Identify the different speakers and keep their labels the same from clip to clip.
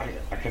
Speaker 1: I, I can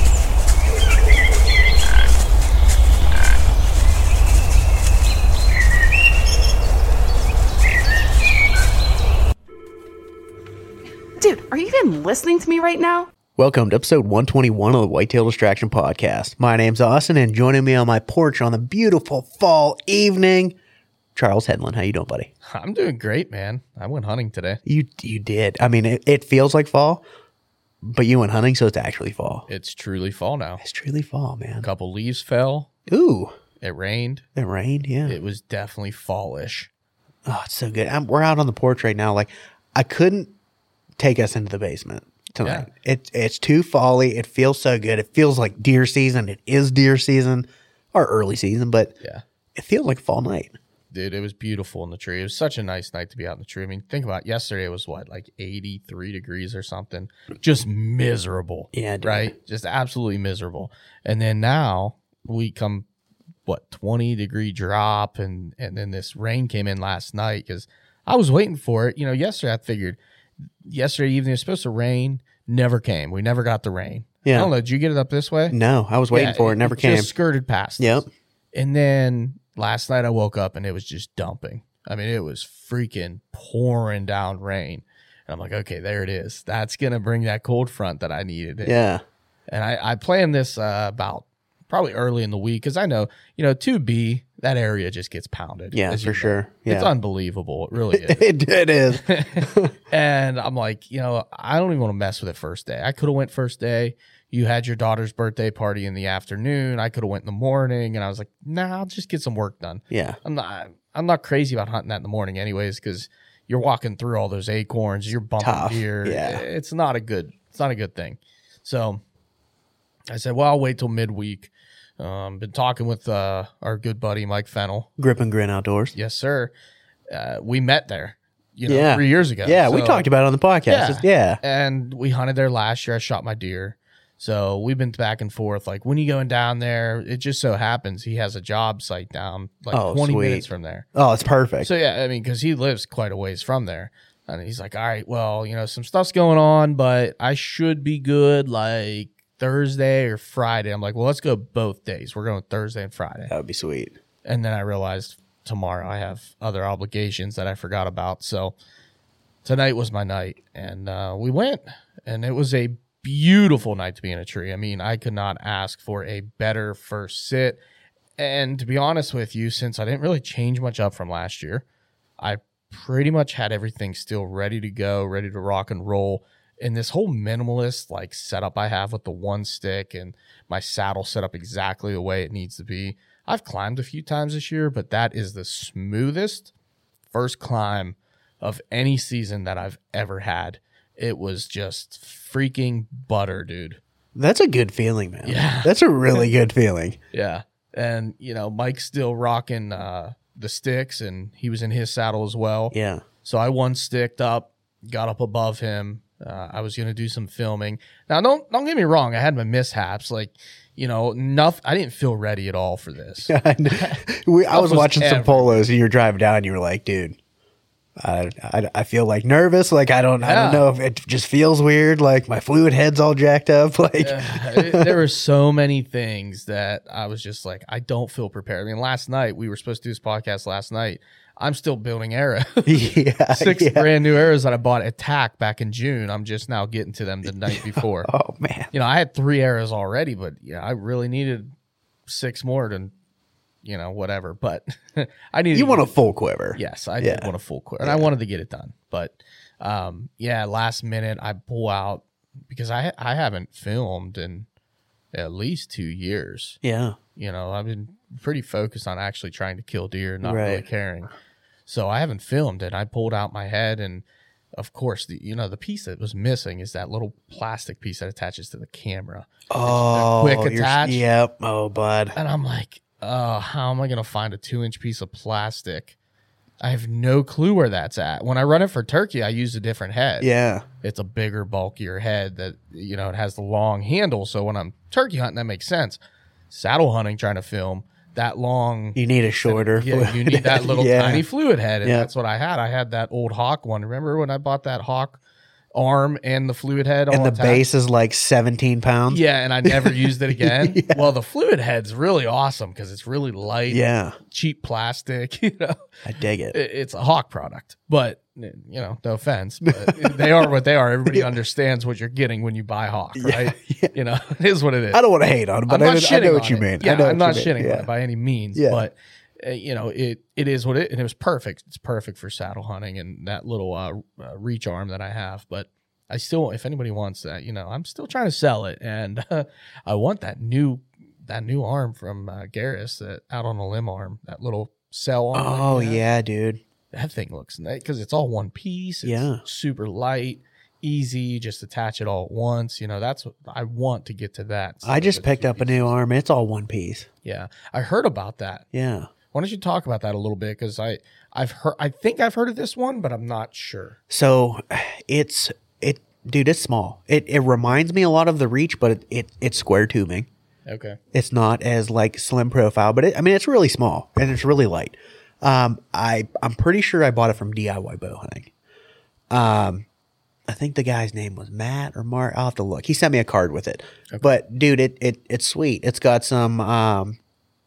Speaker 2: FO. Dude, are you even listening to me right now?
Speaker 3: Welcome to episode 121 of the Whitetail Distraction Podcast. My name's Austin, and joining me on my porch on a beautiful fall evening, Charles Headland. How you doing, buddy?
Speaker 4: I'm doing great, man. I went hunting today.
Speaker 3: You you did. I mean, it, it feels like fall, but you went hunting, so it's actually fall.
Speaker 4: It's truly fall now.
Speaker 3: It's truly fall, man.
Speaker 4: A couple leaves fell.
Speaker 3: Ooh,
Speaker 4: It rained.
Speaker 3: it rained. Yeah.
Speaker 4: It was definitely fallish.
Speaker 3: Oh, it's so good. I'm, we're out on the porch right now. Like, I couldn't take us into the basement tonight. It, it's too folly. It feels so good. It feels like deer season. It is deer season or early season, but
Speaker 4: Yeah.
Speaker 3: it feels like fall night.
Speaker 4: Dude, it was beautiful in the tree. It was such a nice night to be out in the tree. I mean, think about it. yesterday was what, like 83 degrees or something. Just miserable.
Speaker 3: Yeah, dude.
Speaker 4: Right? Just absolutely miserable. And then now we come what 20 degree drop and and then this rain came in last night because i was waiting for it you know yesterday i figured yesterday evening it was supposed to rain never came we never got the rain
Speaker 3: Yeah.
Speaker 4: i don't know did you get it up this way
Speaker 3: No, I was waiting
Speaker 4: Yeah,
Speaker 3: for it. Never came.
Speaker 4: just skirted past us.
Speaker 3: Yep.
Speaker 4: and then last night i woke up and it was just dumping i mean it was freaking pouring down rain and i'm like okay there it is that's gonna bring that cold front that i needed
Speaker 3: Yeah.
Speaker 4: and I, I planned this uh, about probably early in the week because I know, you know, 2B, that area just gets pounded.
Speaker 3: Yeah,
Speaker 4: as
Speaker 3: for
Speaker 4: you know.
Speaker 3: sure.
Speaker 4: It's
Speaker 3: Yeah.
Speaker 4: unbelievable. It really is.
Speaker 3: It, it is.
Speaker 4: and I'm like, you know, I don't even want to mess with it first day. I could have went first day. You had your daughter's birthday party in the afternoon. I could have went in the morning. And I was like, nah, I'll just get some work done.
Speaker 3: yeah.
Speaker 4: I'm not I'm not crazy about hunting that in the morning anyways because you're walking through all those acorns, you're bumping
Speaker 3: Tough,
Speaker 4: deer.
Speaker 3: yeah.
Speaker 4: It's not a good it's not a good thing. So I said, well, I'll wait till midweek. Um, been talking with uh, our good buddy Mike Fennel.
Speaker 3: Grip and grin outdoors.
Speaker 4: Yes, sir. Uh, we met there, you know,
Speaker 3: Yeah.
Speaker 4: three years ago.
Speaker 3: Yeah, we
Speaker 4: So-
Speaker 3: talked about it on the podcast. It's- Yeah.
Speaker 4: and we hunted there last year. I shot my deer. So we've been back and forth. Like, when are you going down there? It just so happens he has a job site down like
Speaker 3: Oh,
Speaker 4: 20
Speaker 3: sweet.
Speaker 4: minutes from there.
Speaker 3: Oh, it's perfect.
Speaker 4: So yeah, I mean, because he lives quite a ways from there, and he's like, "All right, well, you know, some stuff's going on, but I should be good like Thursday or Friday." I'm like, "Well, let's go both days. We're going Thursday and Friday."
Speaker 3: that would be sweet.
Speaker 4: And then I realized tomorrow I have other obligations that I forgot about. So tonight was my night, and uh, we went, and it was a beautiful night to be in a tree. I mean, I could not ask for a better first sit. And to be honest with you, since I didn't really change much up from last year, I pretty much had everything still ready to go, ready to rock and roll. And this whole minimalist like setup I have with the one stick and my saddle set up exactly the way it needs to be. I've climbed a few times this year, but that is the smoothest first climb of any season that I've ever had. It was just freaking butter, dude.
Speaker 3: That's a good feeling, man.
Speaker 4: Yeah.
Speaker 3: That's a really good feeling.
Speaker 4: Yeah. And, you know, Mike's still rocking uh, the sticks and he was in his saddle as well.
Speaker 3: Yeah.
Speaker 4: So I one sticked up, got up above him. Uh, I was gonna do some filming. Now don't don't get me wrong, I had my mishaps. Like, you know, nothing. I didn't feel ready at all for this.
Speaker 3: And we, I was
Speaker 4: was
Speaker 3: watching some
Speaker 4: ever.
Speaker 3: polos and you were driving down and you were like, dude, I, I, I feel like nervous. Like, I don't, I
Speaker 4: Yeah.
Speaker 3: don't know if it just feels weird. Like my fluid head's all jacked up. Like,
Speaker 4: It- there were so many things that I was just like, I don't feel prepared. I mean, last night we were supposed to do this podcast last night. I'm still building arrows.
Speaker 3: yeah.
Speaker 4: Six
Speaker 3: yeah.
Speaker 4: brand new arrows that I bought at TAC back in June. I'm just now getting to them the night before.
Speaker 3: Oh man.
Speaker 4: you know, I had three arrows already, but yeah, I really needed six more to, you know, whatever. But I needed.
Speaker 3: You want
Speaker 4: to?
Speaker 3: a full quiver.
Speaker 4: Yes, I did
Speaker 3: Yeah.
Speaker 4: want a full quiver, and I wanted to get it done. But um, yeah, last minute I pull out because I I haven't filmed in at least two years.
Speaker 3: Yeah.
Speaker 4: You know, I've been pretty focused on actually trying to kill deer, not really
Speaker 3: Right.
Speaker 4: caring. So I haven't filmed it. I pulled out my head and. Of course, the you know the piece that was missing is that little plastic piece that attaches to the camera.
Speaker 3: Oh,
Speaker 4: quick
Speaker 3: you're-
Speaker 4: attach.
Speaker 3: Yep. Oh, bud.
Speaker 4: And I'm like, oh, how am I going to find a two inch piece of plastic? I have no clue where that's at. When I run it for turkey, I use a different head.
Speaker 3: Yeah.
Speaker 4: It's a bigger, bulkier head that, you know, it has the long handle. So when I'm turkey hunting, that makes sense. Saddle hunting, trying to film that long.
Speaker 3: You need a shorter.
Speaker 4: Yeah, you need that little
Speaker 3: Yeah.
Speaker 4: tiny fluid head. And
Speaker 3: Yeah.
Speaker 4: that's what I had. I had that old Hawk one. Remember when I bought that Hawk arm and the fluid head?
Speaker 3: And
Speaker 4: all
Speaker 3: the
Speaker 4: attached?
Speaker 3: base is like 17 pounds.
Speaker 4: Yeah, and I never used it again. Well, the fluid head's really awesome because it's really light,
Speaker 3: Yeah.
Speaker 4: cheap plastic. You know,
Speaker 3: I dig it.
Speaker 4: It- it's a hawk product, but eh, you know, no offense, but they are what they are. Everybody understands what you're getting when you buy hawk, right? You know, it is what it is.
Speaker 3: I don't want to hate on it, but I, know- I know
Speaker 4: shitting
Speaker 3: what
Speaker 4: on
Speaker 3: you
Speaker 4: it.
Speaker 3: mean.
Speaker 4: Yeah,
Speaker 3: I know
Speaker 4: am
Speaker 3: what
Speaker 4: not
Speaker 3: you
Speaker 4: shitting
Speaker 3: mean.
Speaker 4: on it by any means,
Speaker 3: Yeah.
Speaker 4: but uh, you know, it it is what it and it was perfect. It's perfect for saddle hunting and that little uh, uh, reach arm that I have, but I still if anybody wants that, you know, I'm still trying to sell it and I want that new that new arm from uh, Garris that out on a limb arm, that little cell arm. that
Speaker 3: Oh,
Speaker 4: he
Speaker 3: yeah.
Speaker 4: has.
Speaker 3: dude.
Speaker 4: That thing looks nice because it's all one piece. It's
Speaker 3: Yeah.
Speaker 4: super light, easy. Just attach it all at once. You know, that's what I want to get to that.
Speaker 3: I
Speaker 4: instead
Speaker 3: just
Speaker 4: of
Speaker 3: picked
Speaker 4: two
Speaker 3: up a
Speaker 4: pieces.
Speaker 3: new arm. It's all one piece.
Speaker 4: Yeah, I heard about that.
Speaker 3: Yeah.
Speaker 4: Why don't you talk about that a little bit? Because I, I've heard, I think I've heard of this one, but I'm not sure.
Speaker 3: So it's, it, dude, it's small. It, it reminds me a lot of the Reach, but it, it it's square tubing.
Speaker 4: Okay.
Speaker 3: It's not as like slim profile, but it, I mean, it's really small and it's really light. Um, I I'm pretty sure I bought it from DIY bow hunting. Um, I think the guy's name was Matt or Mark. I'll have to look. He sent me a card with it, but dude, it, it it's sweet. It's got some um,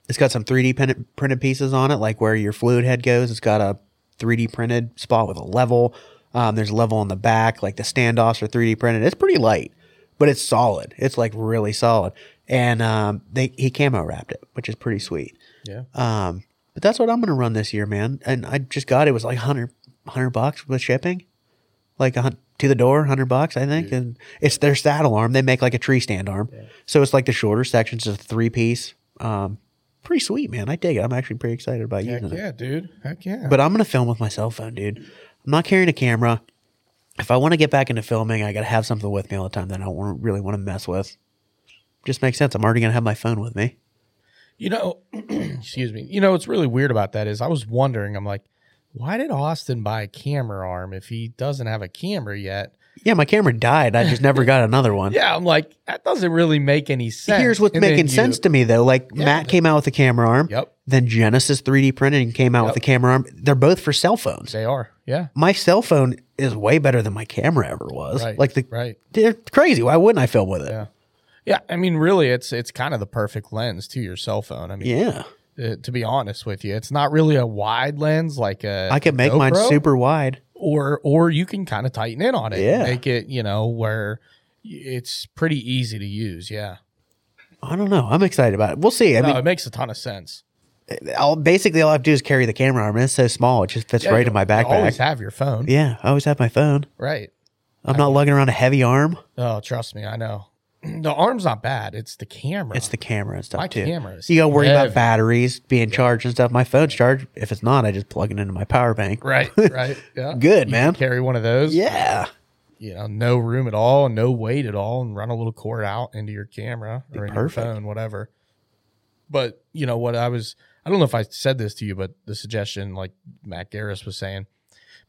Speaker 3: it's got some 3D printed, printed pieces on it, like where your fluid head goes. It's got a 3D printed spot with a level. Um, there's a level on the back, like the standoffs are 3D printed. It's pretty light, but it's solid. It's like really solid. And um, they he camo wrapped it, which is pretty sweet.
Speaker 4: Yeah.
Speaker 3: Um, but that's what I'm gonna run this year, man. And I just got it was like 100, 100 bucks with shipping, like a hun- to the door, hundred bucks I think. And it's their saddle arm. They make like a tree stand arm, so it's like the shorter sections of three piece. Um, pretty sweet, man. I dig it. I'm actually pretty excited about
Speaker 4: Heck
Speaker 3: using it.
Speaker 4: yeah, dude. Heck yeah.
Speaker 3: Mm-hmm. But I'm gonna film with my cell phone, dude. I'm not carrying a camera. If I want to get back into filming, I gotta have something with me all the time that I don't wanna, really want to mess with. Just makes sense. I'm already gonna have my phone with me.
Speaker 4: you know, excuse me. You know, what's really weird about that is I was wondering. I'm like, why did Austin buy a camera arm if he doesn't have a camera yet?
Speaker 3: Yeah, my camera died. I just never got another one.
Speaker 4: Yeah, I'm like, that doesn't really make any sense.
Speaker 3: Here's what's
Speaker 4: And then
Speaker 3: making
Speaker 4: you-
Speaker 3: sense to me though. Like Matt came out with a camera arm.
Speaker 4: Yep.
Speaker 3: Then Genesis 3D printing came out with a camera arm. They're both for cell phones.
Speaker 4: They are. Yeah.
Speaker 3: My cell phone is way better than my camera ever was.
Speaker 4: Right,
Speaker 3: like the
Speaker 4: right.
Speaker 3: They're crazy. Why wouldn't I film with it?
Speaker 4: Yeah. I mean, really, it's it's kind of the perfect lens to your cell phone. I mean,
Speaker 3: Yeah.
Speaker 4: uh, to be honest with you. It's not really a wide lens like a
Speaker 3: I could make mine
Speaker 4: GoPro,
Speaker 3: super wide.
Speaker 4: or or you can kind of tighten in on it.
Speaker 3: Yeah.
Speaker 4: Make it, you know, where y- it's pretty easy to use. Yeah.
Speaker 3: I don't know. I'm excited about it. We'll see. I
Speaker 4: No,
Speaker 3: mean,
Speaker 4: it makes a ton of sense.
Speaker 3: I'll, basically all I have to do is carry the camera arm. It's so small, it just fits
Speaker 4: Yeah,
Speaker 3: right
Speaker 4: you-
Speaker 3: in my
Speaker 4: You always
Speaker 3: backpack.
Speaker 4: have your phone.
Speaker 3: yeah, I always have my phone.
Speaker 4: Right.
Speaker 3: I'm not lugging around a heavy arm.
Speaker 4: Oh, trust me, I know. the arm's not bad. It's the camera.
Speaker 3: It's the camera and stuff
Speaker 4: My
Speaker 3: too.
Speaker 4: camera is
Speaker 3: you gotta worry
Speaker 4: heavy.
Speaker 3: about batteries being charged and stuff. My phone's charged. If it's not, I just plug it into my power bank.
Speaker 4: right, right. Yeah.
Speaker 3: Good,
Speaker 4: You
Speaker 3: man.
Speaker 4: can carry one of those.
Speaker 3: Yeah.
Speaker 4: You know, no room at all, no weight at all, and run a little cord out into your camera or into
Speaker 3: perfect.
Speaker 4: your phone, whatever. But you know what? I was I don't know if I said this to you, but the suggestion, like Matt Garris was saying,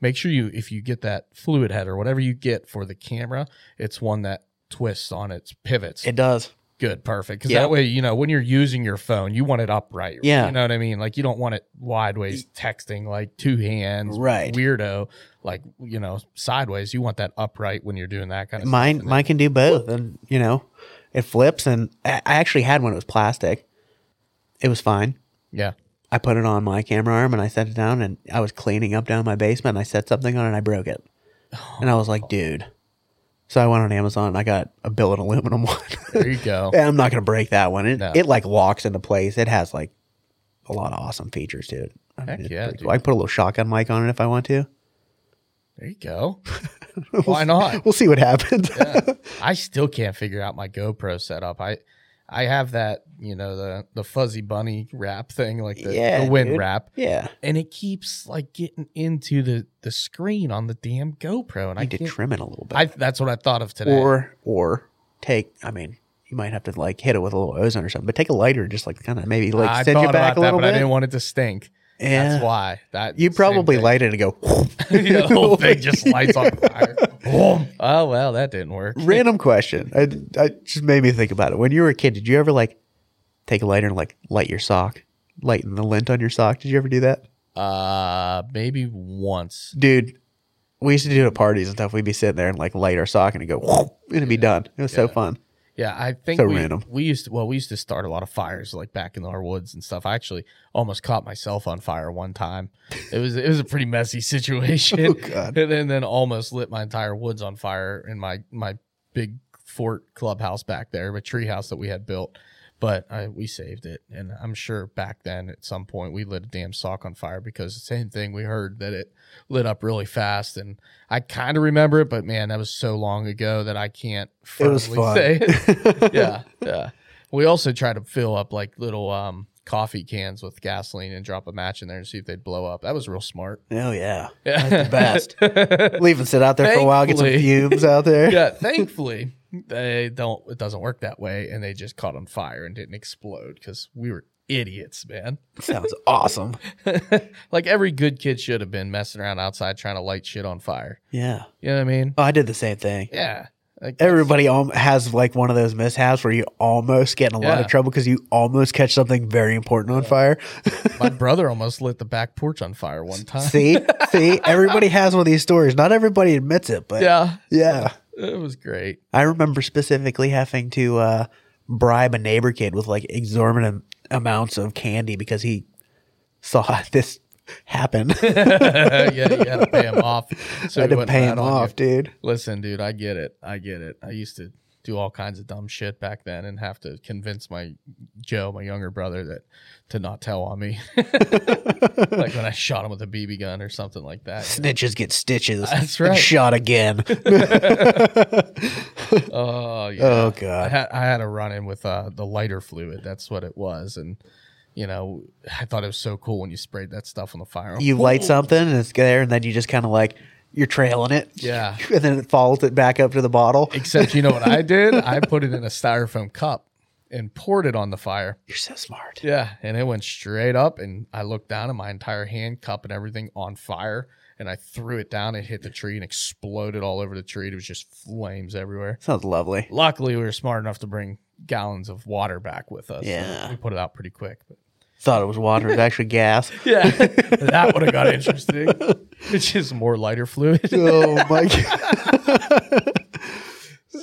Speaker 4: make sure you if you get that fluid head or whatever you get for the camera, it's one that twists on its pivots.
Speaker 3: It does.
Speaker 4: Good, perfect. Because
Speaker 3: Yeah.
Speaker 4: that way, you know, when you're using your phone, you want it upright.
Speaker 3: Yeah.
Speaker 4: You know what I mean? Like, you don't want it wideways texting, like two hands,
Speaker 3: Right.
Speaker 4: Weirdo, like, you know, sideways. You want that upright when you're doing that kind of
Speaker 3: Mine mine can do both. And you know, it flips and I I actually had one, it was plastic. It was fine.
Speaker 4: Yeah.
Speaker 3: I put it on my camera arm and I set it down and I was cleaning up down in my basement and I set something on it and I broke it. And I was
Speaker 4: Oh.
Speaker 3: like, dude. So I went on Amazon and I got a billet aluminum one.
Speaker 4: There you go.
Speaker 3: Yeah, I'm not gonna break that one. It,
Speaker 4: Oh. No.
Speaker 3: it like locks into place. It has like a lot of awesome features to it. I mean,
Speaker 4: Heck
Speaker 3: it's
Speaker 4: yeah,
Speaker 3: pretty cool.
Speaker 4: dude.
Speaker 3: I can put a little shotgun mic on it if I want to.
Speaker 4: There you go. Why not?
Speaker 3: We'll see what happens.
Speaker 4: I still can't figure out my GoPro setup. I. I have that, you know, the the fuzzy bunny wrap thing, like the,
Speaker 3: Yeah,
Speaker 4: the wind
Speaker 3: dude.
Speaker 4: wrap,
Speaker 3: yeah,
Speaker 4: and it keeps like getting into the the screen on the damn GoPro, and
Speaker 3: I
Speaker 4: I
Speaker 3: need to
Speaker 4: can't
Speaker 3: trim it a little bit.
Speaker 4: I that's what I thought of today.
Speaker 3: or or take. I mean, you might have to like hit it with a little ozone or something. But take a lighter and just like kind of maybe like
Speaker 4: I
Speaker 3: send
Speaker 4: thought
Speaker 3: you back
Speaker 4: about
Speaker 3: a
Speaker 4: that,
Speaker 3: little
Speaker 4: but I
Speaker 3: bit.
Speaker 4: didn't want it to stink.
Speaker 3: Yeah.
Speaker 4: That's why. That
Speaker 3: you
Speaker 4: same
Speaker 3: probably
Speaker 4: thing.
Speaker 3: light it and go.
Speaker 4: yeah, the whole thing just lights on fire. Boom. oh well, that didn't work.
Speaker 3: Random question. I, I just made me think about it. When you were a kid, did you ever like take a lighter and like light your sock, lighten the lint on your sock? Did you ever do that?
Speaker 4: Uh, maybe once.
Speaker 3: dude. We used to do it at parties and stuff. We'd be sitting there and like light our sock and it'd go, whoop, and it'd be done. It was so fun.
Speaker 4: Yeah, I think
Speaker 3: So
Speaker 4: we,
Speaker 3: random.
Speaker 4: we used to, well, we used to start a lot of fires like back in our woods and stuff. I actually almost caught myself on fire one time. It was it was a pretty messy situation.
Speaker 3: Oh,
Speaker 4: And then, then almost lit my entire woods on fire in my my big fort clubhouse back there, a tree house that we had built. But I, we saved it, and I'm sure back then at some point we lit a damn sock on fire because the same thing we heard that it lit up really fast, and I kind of remember it, but man, that was so long ago that I can't
Speaker 3: It
Speaker 4: firmly
Speaker 3: was fun.
Speaker 4: say it. yeah, yeah. We also try to fill up like little um, coffee cans with gasoline and drop a match in there and see if they'd blow up. That was real smart.
Speaker 3: Oh, yeah.
Speaker 4: Yeah.
Speaker 3: That's the best. Leave and sit out there for a while, get some
Speaker 4: Thankfully.
Speaker 3: fumes out there.
Speaker 4: yeah, thankfully they don't. It doesn't work that way, and they just caught on fire and didn't explode because we were idiots, man.
Speaker 3: Sounds awesome.
Speaker 4: like every good kid should have been messing around outside trying to light shit on fire.
Speaker 3: Yeah.
Speaker 4: You know what I mean?
Speaker 3: Oh, I did the same thing.
Speaker 4: Yeah. Like that's-
Speaker 3: Everybody al- has like one of those mishaps where you almost get in a lot
Speaker 4: Yeah.
Speaker 3: of trouble because you almost catch something very important on fire.
Speaker 4: my brother almost lit the back porch on fire one time.
Speaker 3: see? See? Everybody has one of these stories. Not everybody admits it, but yeah.
Speaker 4: Yeah, it was great.
Speaker 3: I remember specifically having to uh, bribe a neighbor kid with like exorbitant amounts of candy because he saw this happen. I
Speaker 4: yeah, you had to pay him off. So
Speaker 3: had
Speaker 4: he
Speaker 3: to
Speaker 4: wouldn't
Speaker 3: pay
Speaker 4: rat
Speaker 3: him
Speaker 4: on you.
Speaker 3: off, dude.
Speaker 4: Listen, dude, I get it. I get it. I used to do all kinds of dumb shit back then and have to convince my Joe, my younger brother, that to not tell on me. like when I shot him with a BB gun or something like that.
Speaker 3: Snitches get stitches.
Speaker 4: That's right.
Speaker 3: Shot again.
Speaker 4: Oh yeah.
Speaker 3: Oh
Speaker 4: I
Speaker 3: god.
Speaker 4: had, I had a run in with uh, the lighter fluid. That's what it was. And, you know, I thought it was so cool when you sprayed that stuff on the fire.
Speaker 3: You light something and it's there, and then you just kind of like you're trailing it.
Speaker 4: Yeah.
Speaker 3: And then it follows it back up to the bottle.
Speaker 4: Except, you know what I did? I put it in a styrofoam cup and poured it on the fire.
Speaker 3: You're so smart.
Speaker 4: Yeah, and it went straight up, and I looked down, and my entire hand, cup, and everything on fire. And I threw it down, it hit the tree, and exploded all over the tree. It was just flames everywhere.
Speaker 3: Sounds lovely.
Speaker 4: Luckily, we were smart enough to bring gallons of water back with us. so
Speaker 3: Yeah.
Speaker 4: we put it out pretty quick. But
Speaker 3: Thought it was water. It was actually gas.
Speaker 4: yeah, that would have got interesting. It's just more lighter fluid.
Speaker 3: Oh my god.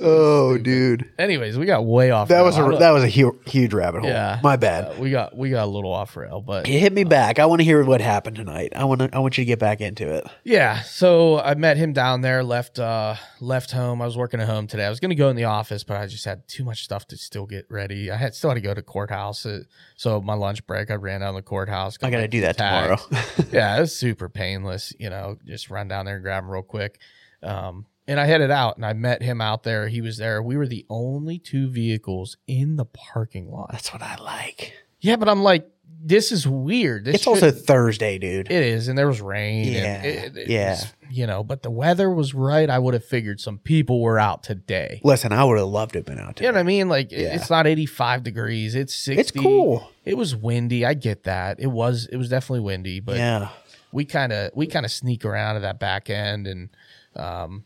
Speaker 3: oh, dude.
Speaker 4: Anyways, we got way off.
Speaker 3: That
Speaker 4: rail.
Speaker 3: was
Speaker 4: I
Speaker 3: a
Speaker 4: don't-
Speaker 3: that was a hu- huge rabbit hole.
Speaker 4: Yeah.
Speaker 3: My bad.
Speaker 4: uh, we got we got a little off rail, but
Speaker 3: You hit me back. I want to hear what happened tonight. I want to. I want you to get back into it.
Speaker 4: Yeah, so I met him down there. Left uh left home. I was working at home today. I was gonna go in the office, but I just had too much stuff to still get ready. I had still had to go to courthouse. uh, So my lunch break, I ran down to the courthouse. got
Speaker 3: I got to
Speaker 4: my
Speaker 3: do that
Speaker 4: tags.
Speaker 3: tomorrow.
Speaker 4: yeah, it was super painless. You know, just run down there and grab them real quick. Um, and I headed out and I met him out there. He was there. We were the only two vehicles in the parking lot.
Speaker 3: That's what I like.
Speaker 4: Yeah, but I'm like, this is weird. This
Speaker 3: It's also
Speaker 4: should-
Speaker 3: Thursday, dude.
Speaker 4: it is, and there was rain.
Speaker 3: Yeah,
Speaker 4: and it- it
Speaker 3: yeah.
Speaker 4: was- you know, but the weather was right. I would have figured some people were out today.
Speaker 3: Listen, I would have loved to have been out
Speaker 4: You
Speaker 3: there.
Speaker 4: know what I mean? Like it-
Speaker 3: Yeah.
Speaker 4: it's not 85 degrees. It's 60.
Speaker 3: It's cool.
Speaker 4: It was windy. I get that. It was it was definitely windy, but
Speaker 3: yeah.
Speaker 4: we kind of we kind of sneak around to that back end and um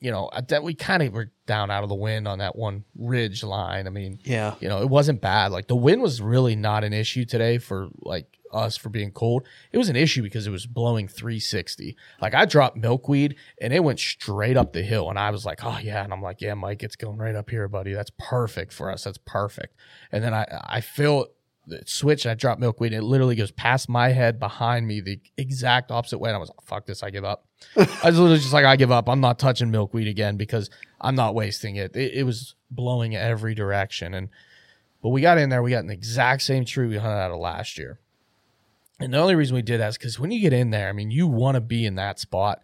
Speaker 4: you know, I- that we kind of were down out of the wind on that one ridge line. I mean,
Speaker 3: Yeah.
Speaker 4: you know, it wasn't bad. Like the wind was really not an issue today for like us for being cold. It was an issue because it was blowing 360. Like I dropped milkweed and it went straight up the hill and I was like, "Oh yeah." And I'm like, "Yeah, Mike, it's going right up here, buddy. That's perfect for us. That's perfect." And then I I feel the switch and I drop milkweed and it literally goes past my head behind me the exact opposite way and I was like, "Fuck this. I give up." I was literally just like, I give up. I'm not touching milkweed again because I'm not wasting it. It, it was blowing every direction. And but we got in there, we got in the exact same tree we hunted out of last year. And the only reason we did that is because when you get in there, I mean, you want to be in that spot.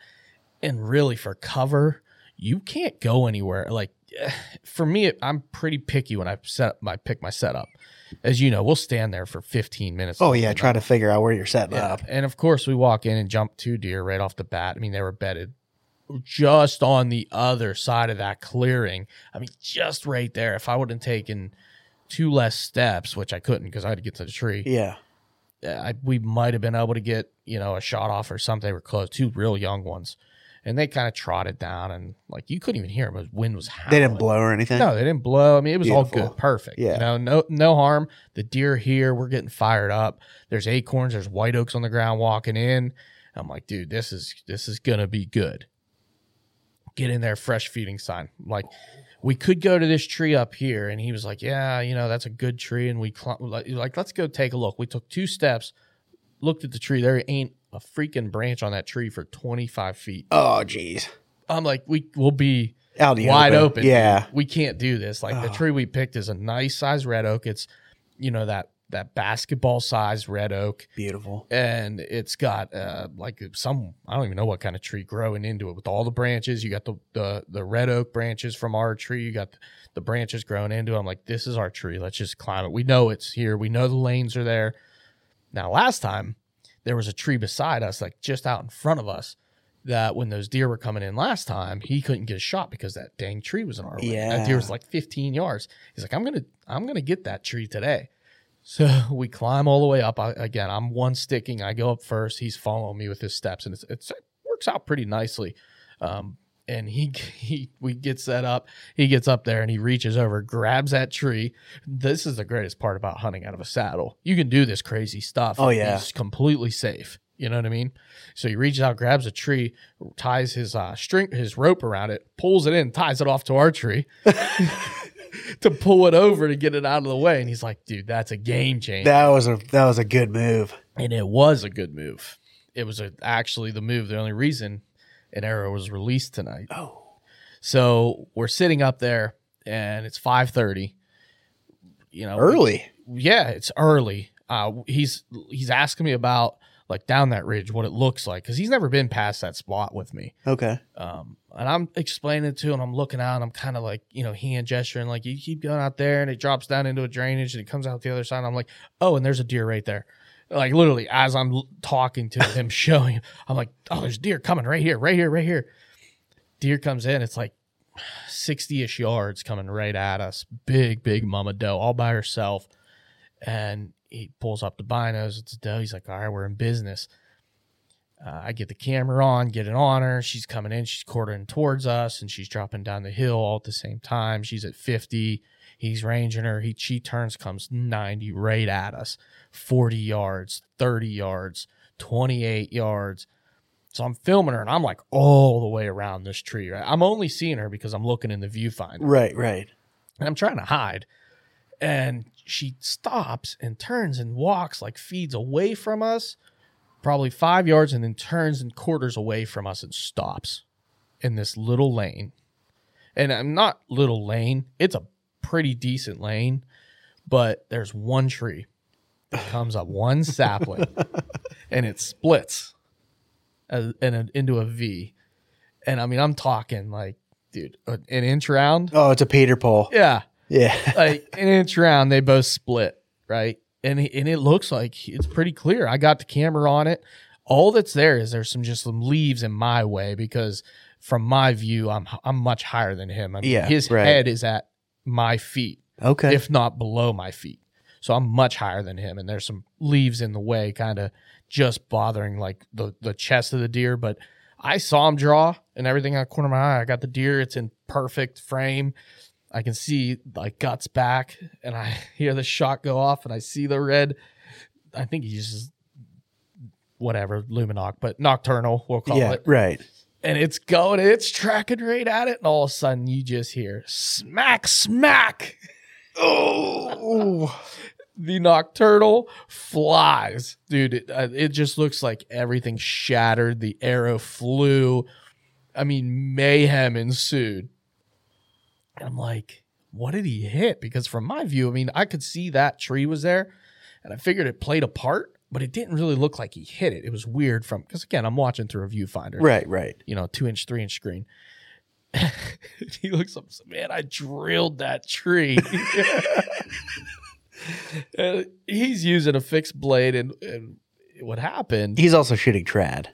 Speaker 4: And really, for cover, you can't go anywhere. Like for me, I'm pretty picky when I set up my pick my setup. As you know, we'll stand there for 15 minutes.
Speaker 3: Oh yeah. Try to figure out where you're setting up.
Speaker 4: And of course, we walk in and jump two deer right off the bat. I mean, they were bedded just on the other side of that clearing. I mean, just right there. If I would have taken two less steps, which I couldn't because I had to get to the tree,
Speaker 3: Yeah.
Speaker 4: I, we might have been able to get, you know, a shot off or something. They were close, two real young ones. And they kind of trotted down and like you couldn't even hear them. The wind was howling.
Speaker 3: They didn't blow or anything.
Speaker 4: No, they didn't blow. I mean, it was all
Speaker 3: Beautiful.
Speaker 4: good, perfect.
Speaker 3: Yeah.
Speaker 4: you know, no no harm. The deer here, we're getting fired up. There's acorns. There's white oaks on the ground. Walking in, I'm like, dude, this is this is gonna be good. Get in there, fresh feeding sign. I'm like, we could go to this tree up here, and he was like, yeah, you know, that's a good tree, and we cl- like, like, let's go take a look. We took two steps, looked at the tree. There ain't a freaking branch on that tree for 25 feet.
Speaker 3: Oh geez.
Speaker 4: I'm like, we will be
Speaker 3: Out in the
Speaker 4: wide open.
Speaker 3: Yeah.
Speaker 4: we can't do this. Like the tree we picked is a nice size red oak. It's you know that that basketball size red oak,
Speaker 3: Beautiful.
Speaker 4: and it's got uh like some I don't even know what kind of tree growing into it with all the branches. You got the the the red oak branches from our tree. You got the branches growing into. it. I'm like, this is our tree. Let's just climb it. We know it's here. We know the lanes are there. Now last time there was a tree beside us, like just out in front of us, that when those deer were coming in last time, he couldn't get a shot because that dang tree was in our way. That
Speaker 3: Yeah.
Speaker 4: deer was like 15 yards. He's like, I'm gonna, I'm gonna get that tree today. So we climb all the way up. I, again, I'm one sticking. I go up first. He's following me with his steps, and it's, it's, it works out pretty nicely. Um, and he he we get set up. He gets up there and he reaches over, grabs that tree. This is the greatest part about hunting out of a saddle. You can do this crazy stuff.
Speaker 3: Oh, yeah.
Speaker 4: it's completely safe. You know what I mean? So he reaches out, grabs a tree, ties his uh, string, his rope around it, pulls it in, ties it off to our tree to pull it over to get it out of the way. And he's like, "Dude, that's a game changer."
Speaker 3: That was a that was a good move.
Speaker 4: and it was a good move. It was a, actually the move. The only reason an arrow was released tonight.
Speaker 3: Oh.
Speaker 4: So we're sitting up there, and it's five thirty. You know,
Speaker 3: Early.
Speaker 4: yeah, it's early. Uh, he's he's asking me about like down that ridge, what it looks like, because he's never been past that spot with me.
Speaker 3: Okay.
Speaker 4: Um, and I'm explaining it to him. I'm looking out and I'm kind of like, you know, hand gesturing, like, you keep going out there and it drops down into a drainage and it comes out the other side. I'm like, oh, and there's a deer right there. Like, literally, as I'm l- talking to him, showing him, I'm like, oh, there's deer coming right here, right here, right here. Deer comes in. It's like 60 ish yards coming right at us. Big, big mama doe all by herself. And he pulls up the binos. It's a doe. He's like, all right, we're in business. Uh, I get the camera on, get it on her. She's coming in, she's quartering towards us, and she's dropping down the hill all at the same time. She's at 50. He's ranging her. He she turns, comes 90 right at us, 40 yards, 30 yards, 28 yards. So I'm filming her, and I'm like all the way around this tree. Right, I'm only seeing her because I'm looking in the viewfinder
Speaker 3: Right, right.
Speaker 4: and I'm trying to hide. And she stops and turns and walks like feeds away from us, probably five yards, and then turns and quarters away from us and stops in this little lane. And I'm not little lane, it's a pretty decent lane, but there's one tree that comes up, one uh, sapling, and it splits as- in a- into a V And I mean, I'm talking like, dude, a- an inch round.
Speaker 3: Oh, it's a Peter pole.
Speaker 4: Yeah.
Speaker 3: Yeah.
Speaker 4: Like an inch round, they both split, right? And he- and it looks like it's pretty clear. I got the camera on it. All that's there is there's some just some leaves in my way because from my view, I'm I'm much higher than him. I mean,
Speaker 3: Yeah,
Speaker 4: his
Speaker 3: right.
Speaker 4: head is at my feet
Speaker 3: Okay.
Speaker 4: if not below my feet. So I'm much higher than him, and there's some leaves in the way, kind of just bothering like the the chest of the deer. But I saw him draw and everything out of the corner of my eye. I got the deer; it's in perfect frame. I can see like guts back, and I hear the shot go off, and I see the red. I think he uses whatever luminoc, but nocturnal. We'll call
Speaker 3: yeah.
Speaker 4: it
Speaker 3: Right.
Speaker 4: and it's going, it's tracking right at it, and all of a sudden you just hear smack, smack. Oh, the nocturnal flies, dude. It, uh, it just looks like everything shattered. The arrow flew. I mean, mayhem ensued. And I'm like, what did he hit? Because from my view, I mean, I could see that tree was there, and I figured it played a part, but it didn't really look like he hit it. It was weird from because again, I'm watching through a viewfinder
Speaker 3: Right. Right.
Speaker 4: you know, two inch, three inch screen. he looks up and says, Man, I drilled that tree. And he's using a fixed blade, and, and what happened?
Speaker 3: He's also shooting trad.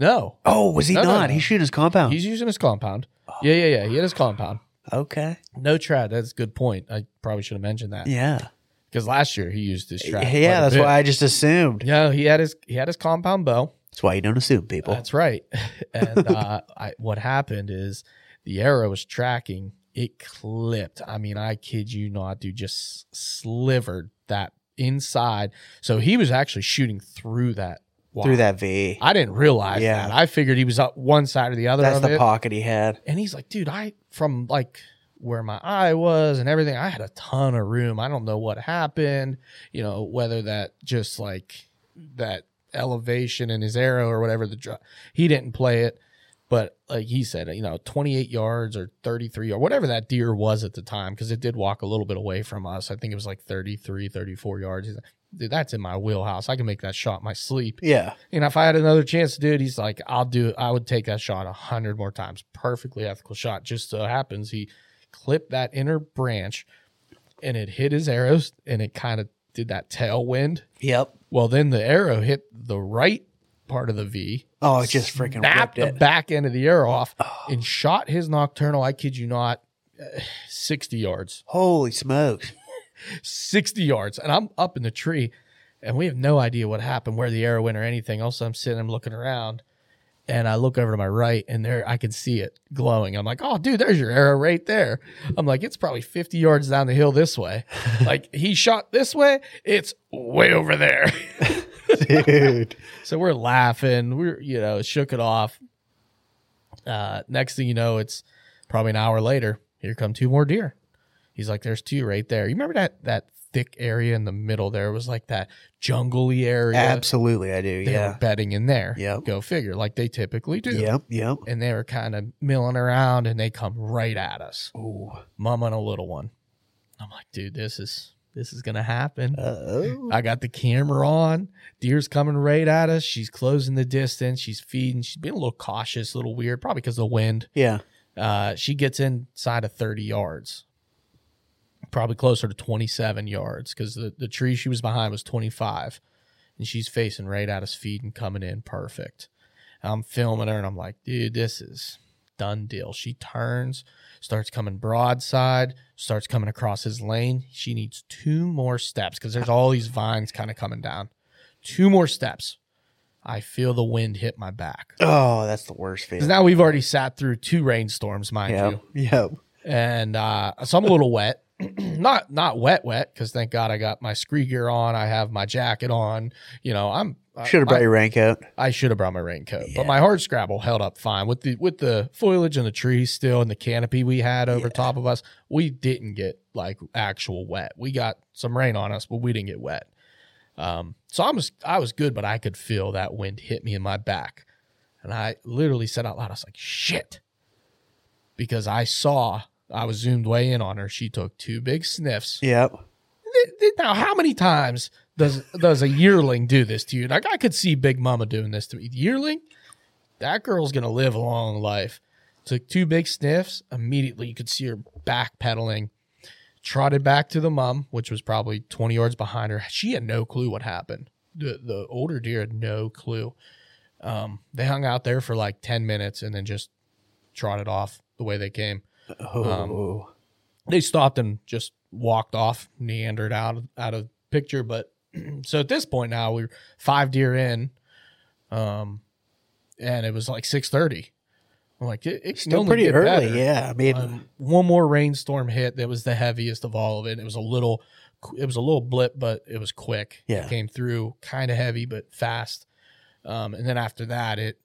Speaker 4: no,
Speaker 3: Oh, was he
Speaker 4: No, no,
Speaker 3: not?
Speaker 4: no.
Speaker 3: He's shooting his compound.
Speaker 4: he's using his compound. Yeah, yeah, yeah. He had his compound.
Speaker 3: okay.
Speaker 4: No trad. That's a good point. I probably should have mentioned that
Speaker 3: Yeah.
Speaker 4: because last year he used his trad. quite
Speaker 3: yeah.
Speaker 4: a
Speaker 3: That's
Speaker 4: bit.
Speaker 3: why I just assumed.
Speaker 4: Yeah, he had his he had his compound bow.
Speaker 3: That's why you don't assume people.
Speaker 4: That's right. And uh, I, what happened is the arrow was tracking. It clipped. I mean, I kid you not, dude. Just slivered that inside. So he was actually shooting through that. wire.
Speaker 3: Through that V.
Speaker 4: I didn't realize
Speaker 3: Yeah.
Speaker 4: that. I figured he was up one side or the other.
Speaker 3: That's
Speaker 4: of
Speaker 3: the
Speaker 4: it.
Speaker 3: pocket he had.
Speaker 4: And he's like, dude, I from like where my eye was and everything, I had a ton of room. I don't know what happened, you know, whether that just like that elevation in his arrow or whatever the dr- he didn't play it. But like he said, you know, 28 yards or 33 or whatever that deer was at the time, because it did walk a little bit away from us. I think it was like 33, 34 yards. He's like, dude, that's in my wheelhouse. I can make that shot in my sleep.
Speaker 3: Yeah.
Speaker 4: You know, if I had another chance to do it, he's like, I'll do it. I would take that shot a hundred more times. Perfectly ethical shot. Just so happens he clipped that inner branch and it hit his arrows and it kind of did that tailwind.
Speaker 3: Yep.
Speaker 4: Well, then the arrow hit the right part of the V,
Speaker 3: Oh, it just freaking ripped
Speaker 4: snapped the
Speaker 3: it. Oh.
Speaker 4: back end of the arrow off and shot his nocturnal, I kid you not, eh, 60 yards.
Speaker 3: Holy smokes.
Speaker 4: 60 yards and I'm up in the tree and we have no idea what happened, where the arrow went or anything. Also, I'm sitting, I'm looking around and I look over to my right and there I can see it glowing. I'm like, oh, dude, there's your arrow right there. I'm like, it's probably 50 yards down the hill this way. like he shot this way, it's way over there.
Speaker 3: Dude.
Speaker 4: so we're laughing. We're, you know, shook it off. Uh, next thing you know, it's probably an hour later. Here come two more deer. He's like, "There's two right there." You remember that that thick area in the middle? There was like that jungly area.
Speaker 3: Absolutely, I do.
Speaker 4: They
Speaker 3: Yeah.
Speaker 4: were betting in there.
Speaker 3: Yep.
Speaker 4: Go figure. Like they typically do.
Speaker 3: Yep. Yep.
Speaker 4: And they were kind of milling around, and they come right at us,
Speaker 3: Ooh.
Speaker 4: mom and a little one. I'm like, dude, this is this is gonna happen.
Speaker 3: Uh, Uh-oh.
Speaker 4: I got the camera on. Deer's coming right at us. She's closing the distance. She's feeding. She's being a little cautious, a little weird, probably because of the wind.
Speaker 3: Yeah.
Speaker 4: Uh, she gets inside of 30 yards, probably closer to 27 yards because the, the tree she was behind was 25. And she's facing right at us feed and coming in perfect. I'm filming her and I'm like, dude, this is done deal. She turns, starts coming broadside, starts coming across his lane. She needs two more steps because there's all these vines kind of coming down. Two more steps. I feel the wind hit my back.
Speaker 3: Oh, that's the worst feeling.
Speaker 4: Because now we've already sat through two rainstorms, mind
Speaker 3: Yep.
Speaker 4: you,
Speaker 3: Yep.
Speaker 4: and uh, so I'm a little wet. not not wet, wet, because thank God I got my scree gear on. I have my jacket on. You know, I'm I-
Speaker 3: Should have brought your raincoat.
Speaker 4: I, I should have brought my raincoat,
Speaker 3: Yeah.
Speaker 4: but my hard scrabble held up fine with the with the foliage and the trees still and the canopy we had over top of us. We didn't get like actual wet. We got some rain on us, but we didn't get wet. Um, so I was I was good, but I could feel that wind hit me in my back, and I literally said out loud, "I was like, shit." because I saw I was zoomed way in on her. She took two big sniffs.
Speaker 3: Yep.
Speaker 4: Um, Th- th- Now, how many times does does a yearling do this to you? Like I could see Big Mama doing this to me. Yearling, that girl's gonna live a long life. Took two big sniffs. Immediately, you could see her backpedaling. Trotted back to the mom, which was probably 20 yards behind her. She had no clue what happened. The, the older deer had no clue. Um, they hung out there for like 10 minutes and then just trotted off the way they came.
Speaker 3: Oh,
Speaker 4: they stopped and just walked off, meandered out of, out of picture. But so at this point now we're five deer in, um, and it was like six thirty. I'm like, it, it's
Speaker 3: still pretty early. Yeah, I mean,
Speaker 4: Um, one more rainstorm hit that was the heaviest of all of it. It was a little, it was a little blip, but it was quick.
Speaker 3: Yeah.
Speaker 4: it came through kind of heavy but fast. Um, and then after that, it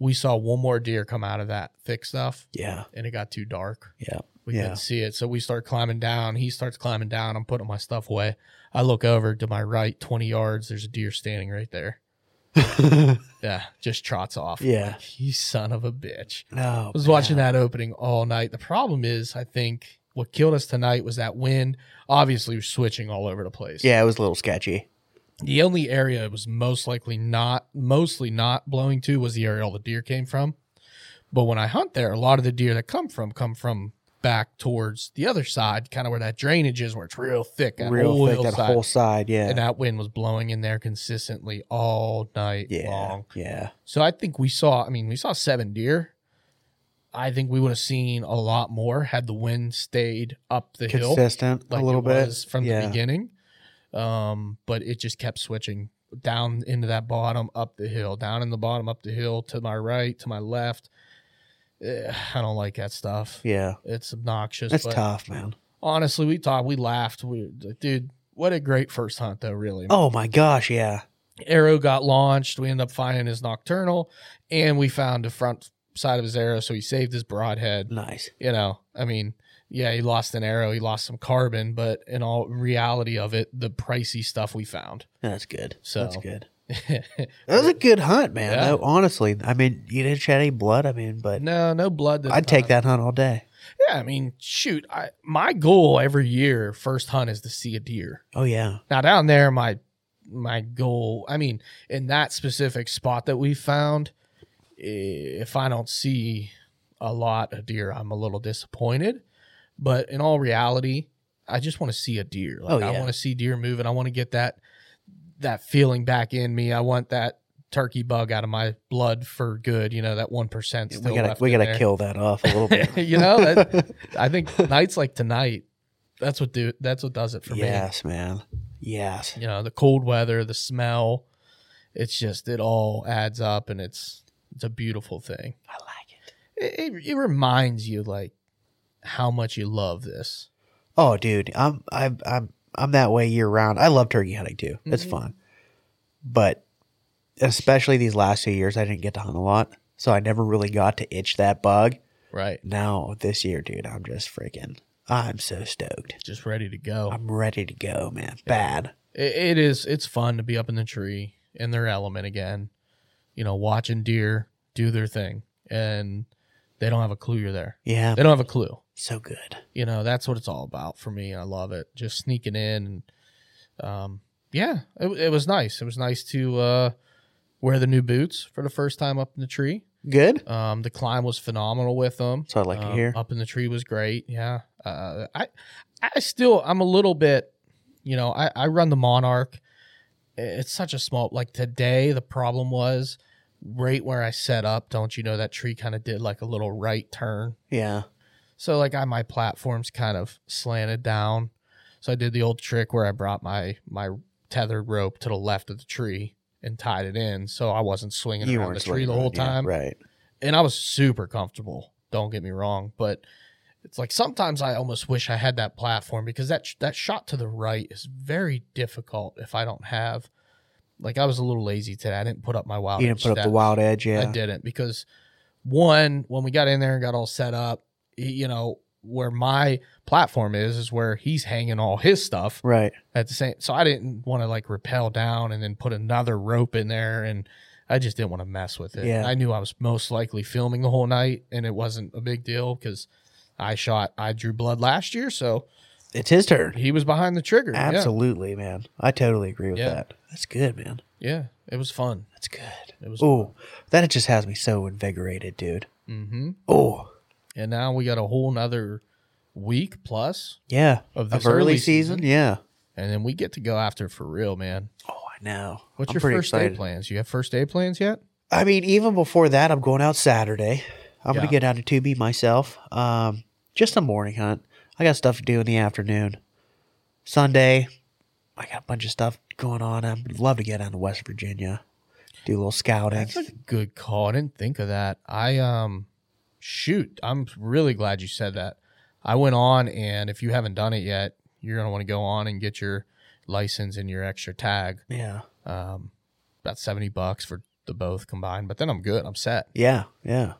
Speaker 4: we saw one more deer come out of that thick stuff,
Speaker 3: yeah,
Speaker 4: and it got too dark.
Speaker 3: yeah,
Speaker 4: We
Speaker 3: yeah.
Speaker 4: couldn't see it. So we start climbing down. He starts climbing down. I'm putting my stuff away. I look over to my right, 20 yards. There's a deer standing right there. yeah, just trots off.
Speaker 3: Yeah.
Speaker 4: You son of a bitch.
Speaker 3: No,
Speaker 4: I was watching that opening all night. The problem is, I think what killed us tonight was that wind. Obviously, we're switching all over the place.
Speaker 3: yeah, it was a little sketchy.
Speaker 4: The only area it was most likely not, mostly not blowing to was the area all the deer came from. But when I hunt there, a lot of the deer that come from come from back towards the other side, kind of where that drainage is, where it's real thick, that
Speaker 3: Real
Speaker 4: whole
Speaker 3: thick, that
Speaker 4: hillside.
Speaker 3: whole side. Yeah,
Speaker 4: And that wind was blowing in there consistently all night
Speaker 3: yeah,
Speaker 4: long.
Speaker 3: yeah.
Speaker 4: So I think we saw, I mean, we saw seven deer. I think we would have seen a lot more had the wind stayed up the hill
Speaker 3: Consistent
Speaker 4: like
Speaker 3: a little
Speaker 4: it
Speaker 3: bit
Speaker 4: was from
Speaker 3: yeah.
Speaker 4: the beginning. Um, but it just kept switching down into that bottom, up the hill, down in the bottom, up the hill, to my right, to my left. Eh, I don't like that stuff.
Speaker 3: Yeah,
Speaker 4: It's obnoxious.
Speaker 3: that's
Speaker 4: but
Speaker 3: tough, man.
Speaker 4: Honestly, we talked, we laughed. We, dude, what a great first hunt, though. Really,
Speaker 3: Oh my gosh, yeah,
Speaker 4: arrow got launched. We ended up finding his nocturnal, and we found the front side of his arrow, so he saved his broadhead
Speaker 3: nice.
Speaker 4: you know, I mean, yeah, he lost an arrow, he lost some carbon, but in all reality of it, the pricey stuff we found.
Speaker 3: That's good.
Speaker 4: So-
Speaker 3: that's good. That was a good hunt, man.
Speaker 4: Yeah.
Speaker 3: Though, honestly, I mean, you didn't shed any blood. I mean, but
Speaker 4: no, no blood. this
Speaker 3: I'd take
Speaker 4: time.
Speaker 3: that hunt all day.
Speaker 4: Yeah, I mean, shoot, I, my goal every year, first hunt, is to see a deer.
Speaker 3: Oh yeah,
Speaker 4: Now down there, my my goal, I mean, in that specific spot that we found, eh, if I don't see a lot of deer, I'm a little disappointed. But in all reality, I just want to see a deer. Like
Speaker 3: Oh,
Speaker 4: I
Speaker 3: yeah.
Speaker 4: want to see deer moving. I want to get that that feeling back in me. I want that turkey bug out of my blood for good. You know that one percent.
Speaker 3: we gotta we gotta kill that off a little bit.
Speaker 4: you know, that, I think nights like tonight, that's what do that's what does it for me
Speaker 3: yes, man. Yes.
Speaker 4: you know the cold weather the smell it's just it all adds up and it's it's a beautiful thing
Speaker 3: I like it.
Speaker 4: it, it, it reminds you like how much you love this
Speaker 3: Oh, dude, I'm I'm I'm I'm that way year round. I love turkey hunting too. It's
Speaker 4: Mm-hmm.
Speaker 3: fun, but especially these last two years, I didn't get to hunt a lot, so I never really got to itch that bug.
Speaker 4: right
Speaker 3: Now this year, dude, I'm just freaking. I'm so stoked.
Speaker 4: just ready to go
Speaker 3: I'm ready to go, man. Bad.
Speaker 4: it, it is it's fun to be up in the tree in their element again you know watching deer do their thing and they don't have a clue you're there
Speaker 3: Yeah,
Speaker 4: they don't have a clue
Speaker 3: so good.
Speaker 4: you know that's what it's all about for me i love it just sneaking in and um yeah it, it was nice it was nice to uh wear the new boots for the first time up in the tree
Speaker 3: Good.
Speaker 4: um the climb was phenomenal with them
Speaker 3: That's what I like to
Speaker 4: Um,
Speaker 3: hear.
Speaker 4: up in the tree was great yeah uh i i still i'm a little bit you know i i run the monarch it's such a small like today the problem was right where i set up don't you know that tree kind of did like a little right turn
Speaker 3: Yeah.
Speaker 4: so like I my platform's kind of slanted down. So I did the old trick where I brought my my tethered rope to the left of the tree and tied it in so I wasn't swinging around the tree
Speaker 3: sweating
Speaker 4: the whole
Speaker 3: it, yeah,
Speaker 4: time.
Speaker 3: right?
Speaker 4: And I was super comfortable. Don't get me wrong, but it's like sometimes I almost wish I had that platform because that that shot to the right is very difficult if I don't have like I was a little lazy today. I didn't put up my wild
Speaker 3: You didn't
Speaker 4: edge
Speaker 3: put up the
Speaker 4: steps.
Speaker 3: wild edge, yeah.
Speaker 4: I didn't because one, when we got in there and got all set up, y- you know, where my platform is is where he's hanging all his stuff
Speaker 3: Right.
Speaker 4: at the same so I didn't want to like rappel down and then put another rope in there and I just didn't want to mess with it.
Speaker 3: Yeah.
Speaker 4: I knew I was most likely filming the whole night and it wasn't a big deal because I shot I drew blood last year, so
Speaker 3: It's his turn.
Speaker 4: he was behind the trigger. Yeah.
Speaker 3: Absolutely, man. I totally agree with
Speaker 4: Yeah.
Speaker 3: that. That's good, man.
Speaker 4: Yeah. It was fun.
Speaker 3: That's good.
Speaker 4: It was
Speaker 3: Oh, that just has me so invigorated, dude.
Speaker 4: hmm
Speaker 3: Oh,
Speaker 4: And now we got a whole nother week plus,
Speaker 3: Yeah.
Speaker 4: Of
Speaker 3: Of,
Speaker 4: this
Speaker 3: early,
Speaker 4: early
Speaker 3: season.
Speaker 4: season?
Speaker 3: Yeah.
Speaker 4: and then we get to go after it for real, man.
Speaker 3: Oh, I know.
Speaker 4: What's
Speaker 3: I'm
Speaker 4: your
Speaker 3: pretty
Speaker 4: first day plans? You have first day plans yet?
Speaker 3: I mean, even before that, I'm going out Saturday. I'm
Speaker 4: Yeah.
Speaker 3: gonna get out of 2B myself. Um, just a morning hunt. I got stuff to do in the afternoon. Sunday, I got a bunch of stuff going on. I'd love to get out to West Virginia, do a little scouting.
Speaker 4: That's a good call. I didn't think of that. I um shoot, I'm really glad you said that. I went on and if you haven't done it yet, you're gonna want to go on and get your license and your extra tag.
Speaker 3: Yeah,
Speaker 4: Um about seventy bucks for the both combined, but then I'm good. I'm set.
Speaker 3: yeah, yeah.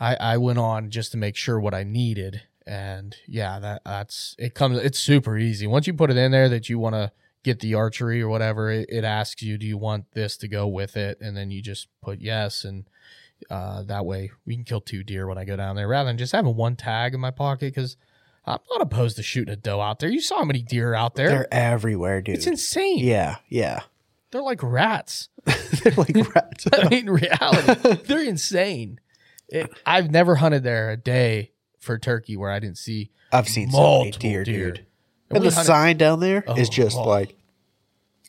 Speaker 4: I, I went on just to make sure what I needed. And yeah, that that's it comes it's super easy. Once you put it in there that you want to get the archery or whatever, it, it asks you, do you want this to go with it? And then you just put yes and uh, that way we can kill two deer when I go down there rather than just having one tag in my pocket because I'm not opposed to shooting a doe out there. You saw how many deer out there.
Speaker 3: They're everywhere, dude.
Speaker 4: it's insane.
Speaker 3: yeah, yeah.
Speaker 4: They're like rats.
Speaker 3: They're like rats.
Speaker 4: I mean, reality, they're insane. It, I've never hunted there a day for turkey where I didn't see
Speaker 3: I've seen
Speaker 4: multiple
Speaker 3: so many deer, dude.
Speaker 4: And
Speaker 3: And
Speaker 4: we
Speaker 3: the
Speaker 4: hunted-
Speaker 3: sign down there is
Speaker 4: Oh,
Speaker 3: just
Speaker 4: oh.
Speaker 3: like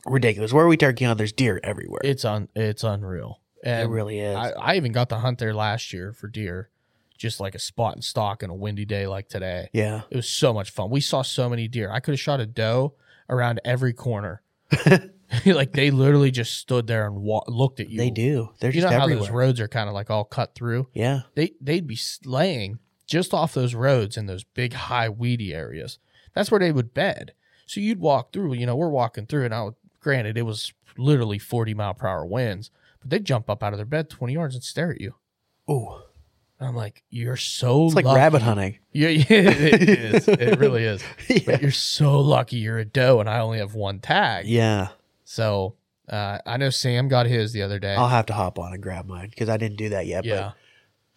Speaker 3: ridiculous. Where are we turkey on? There's deer everywhere.
Speaker 4: it's un, it's unreal.
Speaker 3: it
Speaker 4: And
Speaker 3: really is.
Speaker 4: I, I even got to hunt there last year for deer, just like a spot and stock on a windy day like today.
Speaker 3: yeah.
Speaker 4: It was so much fun. We saw so many deer. I could have shot a doe around every corner. like they literally just stood there and wa- looked at you.
Speaker 3: They do. They're
Speaker 4: You
Speaker 3: just
Speaker 4: know how
Speaker 3: everywhere.
Speaker 4: those roads are kind of like all cut through.
Speaker 3: yeah.
Speaker 4: they they'd be slaying just off those roads in those big high weedy areas. That's where they would bed. So you'd walk through. You know, we're walking through, and I would, granted it was literally forty mile per hour winds, but they would jump up out of their bed twenty yards and stare at you.
Speaker 3: Ooh.
Speaker 4: And I'm like, you're so
Speaker 3: It's like
Speaker 4: lucky.
Speaker 3: rabbit hunting.
Speaker 4: Yeah, yeah, it is. It really is. But you're so lucky you're a doe, and I only have one tag.
Speaker 3: Yeah.
Speaker 4: So uh, I know Sam got his the other day.
Speaker 3: I'll have to hop on and grab mine because I didn't do that yet.
Speaker 4: yeah.
Speaker 3: But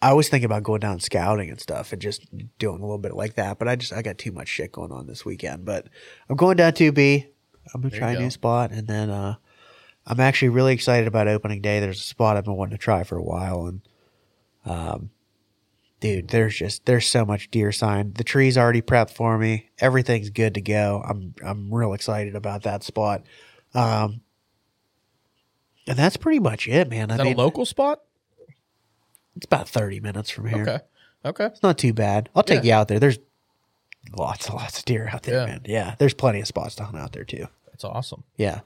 Speaker 3: I was thinking about going down scouting and stuff and just doing a little bit like that. But I just, I got too much shit going on this weekend. But I'm going down 2B. I'm going to
Speaker 4: There
Speaker 3: try
Speaker 4: you
Speaker 3: a
Speaker 4: go.
Speaker 3: new spot. And then uh, I'm actually really excited about opening day. There's a spot I've been wanting to try for a while. And, um, dude, there's just, there's so much deer sign. The tree's already prepped for me. Everything's good to go. I'm, I'm real excited about that spot. Um, and that's pretty much it, man.
Speaker 4: Is
Speaker 3: I
Speaker 4: that
Speaker 3: mean,
Speaker 4: a local spot?
Speaker 3: it's about 30 minutes from here.
Speaker 4: Okay. Okay.
Speaker 3: It's not too bad. I'll take
Speaker 4: Yeah.
Speaker 3: you out there. There's lots and lots of deer out there,
Speaker 4: Yeah.
Speaker 3: man. Yeah. There's plenty of spots to hunt out there too.
Speaker 4: That's awesome.
Speaker 3: Yeah.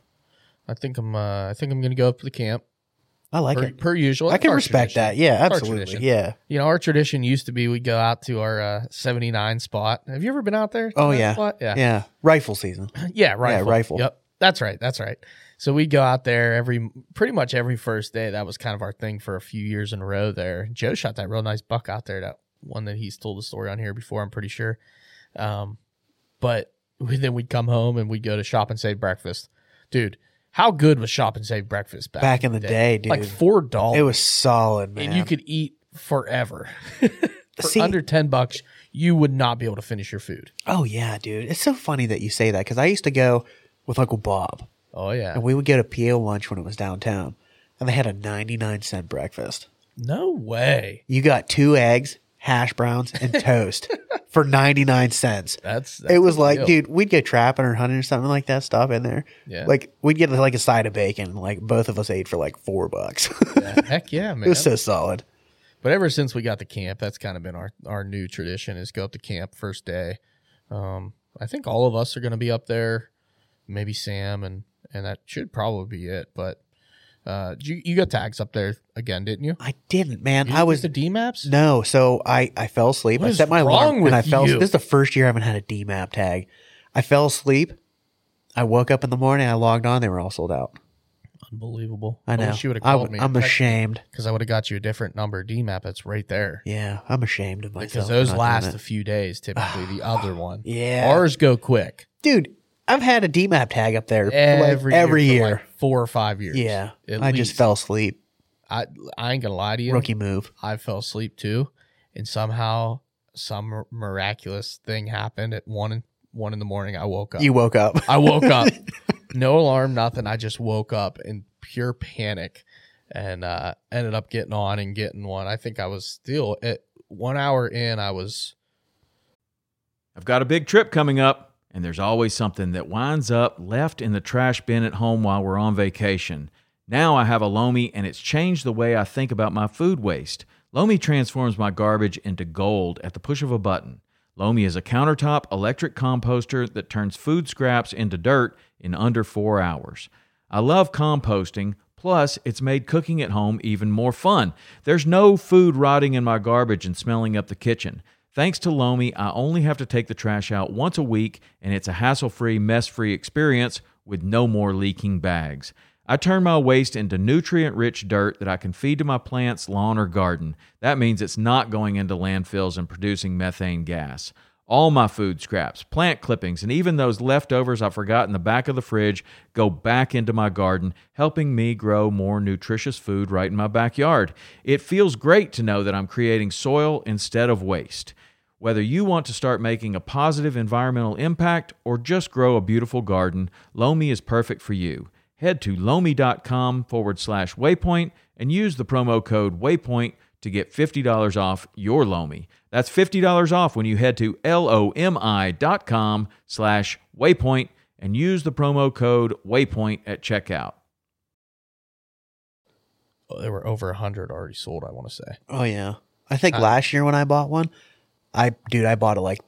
Speaker 4: I think I'm. Uh, I think I'm gonna go up to the camp.
Speaker 3: I like
Speaker 4: per,
Speaker 3: it.
Speaker 4: per usual.
Speaker 3: I
Speaker 4: That's
Speaker 3: can
Speaker 4: our
Speaker 3: respect that.
Speaker 4: tradition.
Speaker 3: Yeah,
Speaker 4: That's our
Speaker 3: absolutely.
Speaker 4: tradition.
Speaker 3: Yeah.
Speaker 4: You know, our tradition used to be we'd go out to our uh, 79 spot. Have you ever been out there? to
Speaker 3: Oh
Speaker 4: that
Speaker 3: yeah.
Speaker 4: spot? Yeah.
Speaker 3: Yeah. Rifle season.
Speaker 4: Yeah, rifle.
Speaker 3: rifle.
Speaker 4: Yep. That's right. That's right. So we'd go out there every pretty much every first day. That was kind of our thing for a few years in a row there. Joe shot that real nice buck out there, that one that he's told the story on here before, I'm pretty sure. Um, but we, then we'd come home and we'd go to Shop and Save Breakfast. Dude, how good was Shop and Save Breakfast back,
Speaker 3: Back in the day,
Speaker 4: Like
Speaker 3: dude.
Speaker 4: four dollars.
Speaker 3: It was solid, man.
Speaker 4: and you could eat forever. For
Speaker 3: See-
Speaker 4: under 10 bucks, you would not be able to finish your food.
Speaker 3: Oh yeah, dude. It's so funny that you say that because I used to go with Uncle Bob
Speaker 4: Oh, yeah.
Speaker 3: and we would go to PO lunch when it was downtown, and they had a ninety nine cent breakfast.
Speaker 4: No way.
Speaker 3: You got two eggs, hash browns, and toast for ninety nine cents.
Speaker 4: That's,
Speaker 3: it
Speaker 4: that's
Speaker 3: was
Speaker 4: a
Speaker 3: like,
Speaker 4: deal.
Speaker 3: dude, we'd go trapping or hunting or something like that stuff in there.
Speaker 4: Yeah.
Speaker 3: Like we'd get like a side of bacon, and like both of us ate for like four bucks.
Speaker 4: Yeah, heck yeah,
Speaker 3: it
Speaker 4: man.
Speaker 3: was so solid.
Speaker 4: but ever since we got to camp, that's kind of been our, our new tradition is go up to camp first day. Um, I think all of us are going to be up there, maybe Sam, and, and that should probably be it. But uh, you, you got tags up there again, didn't you?
Speaker 3: I didn't, man.
Speaker 4: You
Speaker 3: I
Speaker 4: didn't
Speaker 3: was
Speaker 4: get the D maps?
Speaker 3: no, so I I fell asleep.
Speaker 4: What
Speaker 3: I
Speaker 4: is
Speaker 3: set my
Speaker 4: wrong
Speaker 3: alarm
Speaker 4: with
Speaker 3: and I fell.
Speaker 4: you?
Speaker 3: This is the first year I haven't had a DMAP tag. I fell asleep. I woke up in the morning. I logged on. They were all sold out.
Speaker 4: Unbelievable.
Speaker 3: I know.
Speaker 4: wish you would have
Speaker 3: I
Speaker 4: called
Speaker 3: w-
Speaker 4: me.
Speaker 3: I'm ashamed.
Speaker 4: Because I would have got you a different number D map that's right there.
Speaker 3: Yeah, I'm ashamed of myself.
Speaker 4: because
Speaker 3: for
Speaker 4: those
Speaker 3: not doing
Speaker 4: last
Speaker 3: it.
Speaker 4: a few days typically the other one
Speaker 3: Yeah.
Speaker 4: ours go quick
Speaker 3: dude. I've had a DMAP tag up there like,
Speaker 4: every
Speaker 3: every
Speaker 4: year,
Speaker 3: year.
Speaker 4: for like four or five years
Speaker 3: yeah,
Speaker 4: at
Speaker 3: I
Speaker 4: least.
Speaker 3: just fell asleep.
Speaker 4: I, I ain't gonna lie to you
Speaker 3: Rookie move.
Speaker 4: i fell asleep too and somehow some mir- miraculous thing happened at one in one in the morning i woke up
Speaker 3: You woke up.
Speaker 4: i woke up no alarm nothing i just woke up in pure panic and uh ended up getting on and getting one i think i was still at one hour in, I was
Speaker 5: I've got a big trip coming up, and there's always something that winds up left in the trash bin at home while we're on vacation. Now I have a Lomi, and it's changed the way I think about my food waste. Lomi transforms my garbage into gold at the push of a button. Lomi is a countertop electric composter that turns food scraps into dirt in under four hours. I love composting. Plus, it's made cooking at home even more fun. There's no food rotting in my garbage and smelling up the kitchen. Thanks to Lomi, I only have to take the trash out once a week, and it's a hassle free, mess free experience with no more leaking bags. I turn my waste into nutrient rich dirt that I can feed to my plants, lawn, or garden. That means it's not going into landfills and producing methane gas. All my food scraps, plant clippings, and even those leftovers I forgot in the back of the fridge go back into my garden, helping me grow more nutritious food right in my backyard. It feels great to know that I'm creating soil instead of waste. Whether you want to start making a positive environmental impact or just grow a beautiful garden, Lomi is perfect for you. Head to lomi.com forward slash waypoint and use the promo code waypoint to get $50 off your Lomi. That's $50 off when you head to lomi.com slash waypoint and use the promo code waypoint at checkout.
Speaker 4: oh, there were over a hundred already sold. I want to say
Speaker 3: Oh yeah. I think last year when I bought one, I dude, I bought it like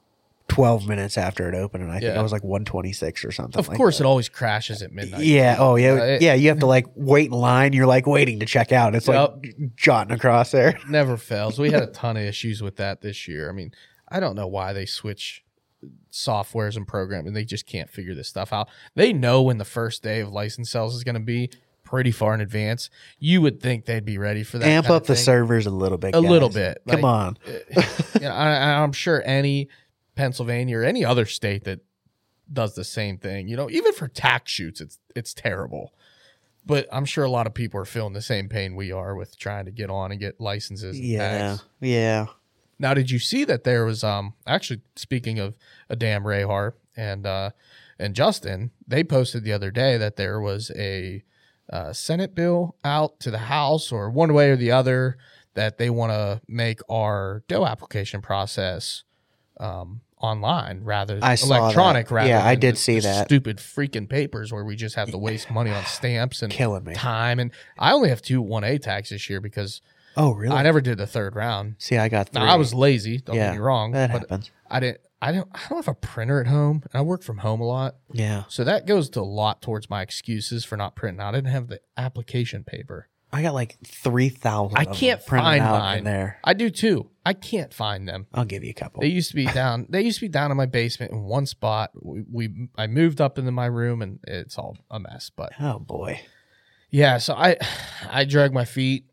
Speaker 3: 12 minutes after it opened and I think
Speaker 4: Yeah.
Speaker 3: I was like 126 or something.
Speaker 4: Of
Speaker 3: like
Speaker 4: course,
Speaker 3: that.
Speaker 4: it always crashes at midnight.
Speaker 3: Yeah, oh yeah.
Speaker 4: Uh, it-
Speaker 3: yeah, you have to like wait in line. You're like waiting to check out. It's like jotting across there.
Speaker 4: never fails. We had a ton of issues with that this year. I mean, I don't know why they switch softwares and program and they just can't figure this stuff out. They know when the first day of license sales is going to be pretty far in advance. You would think they'd be ready for that.
Speaker 3: Amp
Speaker 4: kind
Speaker 3: up
Speaker 4: of
Speaker 3: the
Speaker 4: thing.
Speaker 3: servers a little bit.
Speaker 4: A
Speaker 3: guys.
Speaker 4: little bit,
Speaker 3: Come
Speaker 4: like-
Speaker 3: on.
Speaker 4: You know, I, I'm sure any Pennsylvania or any other state that does the same thing, you know, even for tax shoots, it's it's terrible. But I'm sure a lot of people are feeling the same pain we are with trying to get on and get licenses. And
Speaker 3: Yeah.
Speaker 4: tags.
Speaker 3: Yeah.
Speaker 4: Now, did you see that there was um actually speaking of a damn Rahar and uh and Justin, they posted the other day that there was a uh, Senate bill out to the House or one way or the other that they want to make our DOE application process um online rather
Speaker 3: I saw that.
Speaker 4: electronic rather
Speaker 3: Yeah, I
Speaker 4: than
Speaker 3: did
Speaker 4: the-
Speaker 3: see
Speaker 4: the
Speaker 3: that.
Speaker 4: stupid freaking papers where we just have to waste money on stamps and
Speaker 3: Killing me.
Speaker 4: time and I only have two 1A tags this year because
Speaker 3: Oh, really?
Speaker 4: I never did the third round
Speaker 3: See, I got three.
Speaker 4: now, I was lazy. Don't
Speaker 3: Yeah,
Speaker 4: get me wrong.
Speaker 3: that
Speaker 4: but
Speaker 3: happens.
Speaker 4: I didn't. I don't. I don't have a printer at home, and I work from home a lot,
Speaker 3: Yeah.
Speaker 4: so that goes to a lot towards my excuses for not printing. out. I didn't have the application paper.
Speaker 3: I got like 3,000.
Speaker 4: I
Speaker 3: of them
Speaker 4: can't
Speaker 3: printed
Speaker 4: find
Speaker 3: out
Speaker 4: mine
Speaker 3: in there.
Speaker 4: I do too. I can't find them.
Speaker 3: I'll give you a couple.
Speaker 4: They used to be down. They used to be down in my basement in one spot. We, we I moved up into my room, and it's all a mess. But
Speaker 3: oh, boy.
Speaker 4: Yeah, so I I dragged my feet.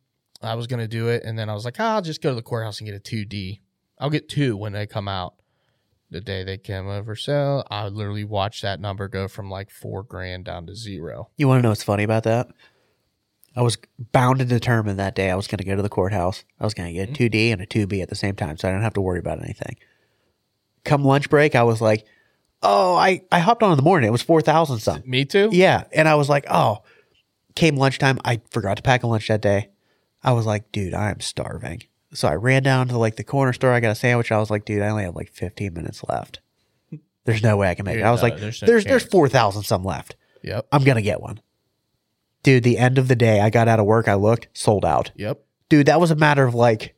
Speaker 4: I was gonna do it, and then I was like, "Ah, I'll just go to the courthouse and get a two D. I'll get two when they come out. The day they came over, so I literally watched that number go from like four grand down to zero.
Speaker 3: You want to know what's funny about that? I was bound and determined that day I was going to go to the courthouse. I was going to
Speaker 4: Mm-hmm.
Speaker 3: get a 2D and a 2B at the same time, so I didn't have to worry about anything. Come lunch break, I was like, oh, I, I hopped on in the morning. It was 4,000 something.
Speaker 4: Me too.
Speaker 3: Yeah. And I was like, oh, came lunchtime. I forgot to pack a lunch that day. I was like, dude, I am starving. So I ran down to like the corner store. I got a sandwich. I was like, dude, I only have like 15 minutes left. There's no way I can make it. I was
Speaker 4: no,
Speaker 3: like,
Speaker 4: there's
Speaker 3: there's
Speaker 4: no
Speaker 3: there's,
Speaker 4: chance.
Speaker 3: 4,000 some left.
Speaker 4: Yep.
Speaker 3: I'm going to get one. Dude, the end of the day, I got out of work. I looked, sold out.
Speaker 4: Yep.
Speaker 3: Dude, that was a matter of like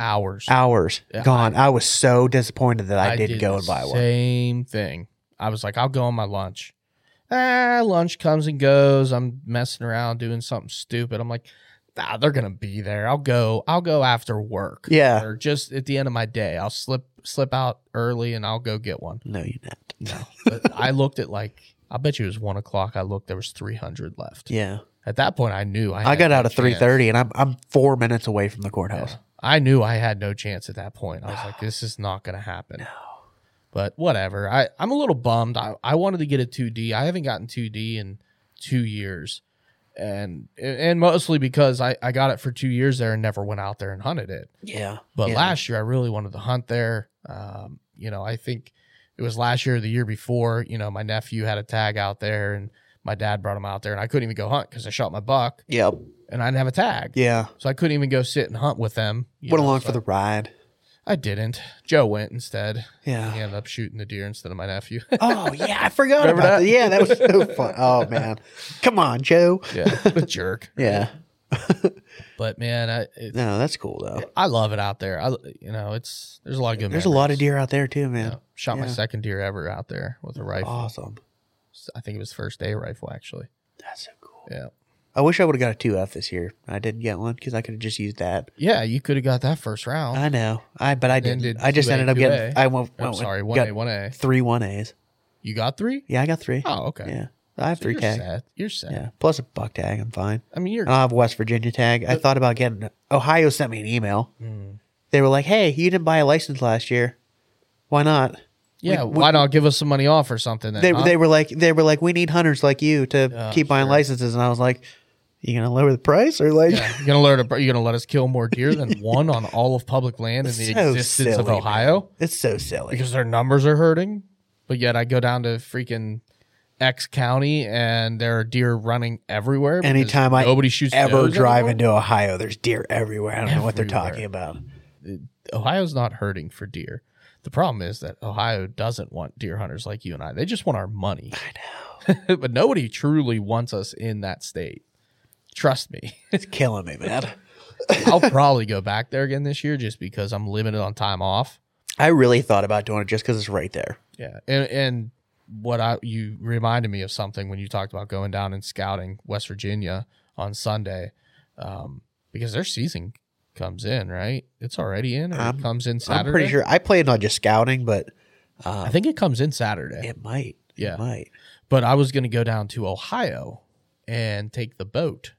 Speaker 4: Hours.
Speaker 3: hours
Speaker 4: Yeah,
Speaker 3: gone. I, was so disappointed that I, didn't
Speaker 4: did
Speaker 3: go
Speaker 4: the
Speaker 3: and buy one.
Speaker 4: Same thing. I was like, I'll go on my lunch. Ah, lunch comes and goes. I'm messing around doing something stupid. I'm like, nah, they're gonna be there. I'll go. I'll go after work.
Speaker 3: Yeah.
Speaker 4: or just at the end of my day. I'll slip slip out early and I'll go get one.
Speaker 3: No, you not.
Speaker 4: No, but I looked at like I bet you it was one o'clock. I looked. There was three hundred left.
Speaker 3: Yeah.
Speaker 4: At that point, I knew I.
Speaker 3: I
Speaker 4: had
Speaker 3: got
Speaker 4: no
Speaker 3: out at
Speaker 4: chance.
Speaker 3: 3.30 and I'm, I'm four minutes away from the courthouse.
Speaker 4: I knew I had no chance at that point. I was like, this is not going to happen. But whatever. I, I'm a little bummed. I, I wanted to get a 2D. I haven't gotten 2D in two years. And and mostly because I, I got it for two years there and never went out there and hunted it.
Speaker 3: Yeah.
Speaker 4: But
Speaker 3: Yeah.
Speaker 4: last year, I really wanted to hunt there. Um, you know, I think it was last year or the year before. You know, my nephew had a tag out there and my dad brought him out there and I couldn't even go hunt because I shot my buck
Speaker 3: Yep.
Speaker 4: and I didn't have a tag.
Speaker 3: Yeah.
Speaker 4: So I couldn't even go sit and hunt with them. you
Speaker 3: Went
Speaker 4: know,
Speaker 3: along
Speaker 4: so-
Speaker 3: for the ride.
Speaker 4: I didn't. Joe went instead.
Speaker 3: Yeah.
Speaker 4: He ended up shooting the deer instead of my nephew.
Speaker 3: Oh yeah, I forgot
Speaker 4: Remember
Speaker 3: about
Speaker 4: that?
Speaker 3: that? Yeah, that was so fun. Oh man, come on, Joe.
Speaker 4: yeah. The jerk.
Speaker 3: Yeah,
Speaker 4: But man, I it,
Speaker 3: no, that's cool though.
Speaker 4: I love it out there. I you know, it's there's a lot of good
Speaker 3: There's a lot of
Speaker 4: memories.
Speaker 3: deer out there too,
Speaker 4: You
Speaker 3: man.
Speaker 4: know, shot my
Speaker 3: Yeah.
Speaker 4: second deer ever out there with a rifle.
Speaker 3: Awesome.
Speaker 4: I think it was first day rifle actually.
Speaker 3: That's so cool.
Speaker 4: Yeah.
Speaker 3: I wish I would have got a two F this year. I didn't get one because I could have just used that.
Speaker 4: Yeah, you could have got that first round.
Speaker 3: I know. I but I
Speaker 4: Then
Speaker 3: didn't.
Speaker 4: did
Speaker 3: I just
Speaker 4: 2A,
Speaker 3: ended up
Speaker 4: 2A.
Speaker 3: getting. I went.
Speaker 4: I'm
Speaker 3: went-
Speaker 4: sorry, one
Speaker 3: got
Speaker 4: A, one A.
Speaker 3: Three one A's.
Speaker 4: You got three?
Speaker 3: Yeah, I got three.
Speaker 4: Oh, okay.
Speaker 3: Yeah, I have
Speaker 4: So
Speaker 3: three
Speaker 4: you're
Speaker 3: tag.
Speaker 4: Set. You're set.
Speaker 3: Yeah, Uh, plus a buck tag. I'm fine.
Speaker 4: I mean, you're
Speaker 3: And I'll have West Virginia tag. I thought about getting. Ohio sent me an email.
Speaker 4: Hmm.
Speaker 3: They were like, "Hey, you didn't buy a license last year. Why not?"
Speaker 4: yeah.
Speaker 3: we-
Speaker 4: why not give us some money off or something? Then,
Speaker 3: They
Speaker 4: huh?
Speaker 3: they were like they were like, "We need hunters like you to
Speaker 4: Yeah,
Speaker 3: keep buying
Speaker 4: Uh-huh. Oh, sure.
Speaker 3: licenses," and I was like, "You gonna lower the price or like?"
Speaker 4: Yeah, you're gonna learn. A, you're gonna let us kill more deer than one on all of public land in the
Speaker 3: So
Speaker 4: existence of
Speaker 3: silly,
Speaker 4: Ohio
Speaker 3: It's so silly.
Speaker 4: because their numbers are hurting. But yet I go down to freaking X county and there are deer running everywhere. because
Speaker 3: Anytime I
Speaker 4: nobody shoots
Speaker 3: ever
Speaker 4: does
Speaker 3: drive
Speaker 4: anymore.
Speaker 3: into Ohio, there's deer everywhere. I don't know what they're
Speaker 4: Everywhere.
Speaker 3: talking about.
Speaker 4: Ohio's not hurting for deer. The problem is that Ohio doesn't want deer hunters like you and I. They just want our money. I know. but nobody truly wants us in that state. Trust me.
Speaker 3: It's killing me, man.
Speaker 4: I'll probably go back there again this year just because I'm limited on time off.
Speaker 3: I really thought about doing it just because it's right there.
Speaker 4: Yeah. And and what I you reminded me of something when you talked about going down and scouting West Virginia on Sunday. Um, because their season comes in, right? It's already in or
Speaker 3: I'm-
Speaker 4: it comes in Saturday.
Speaker 3: I'm pretty sure I played not just scouting, but Uh,
Speaker 4: I think it comes in Saturday.
Speaker 3: it might.
Speaker 4: Yeah.
Speaker 3: It might.
Speaker 4: but I was going to go down to Ohio and take the boat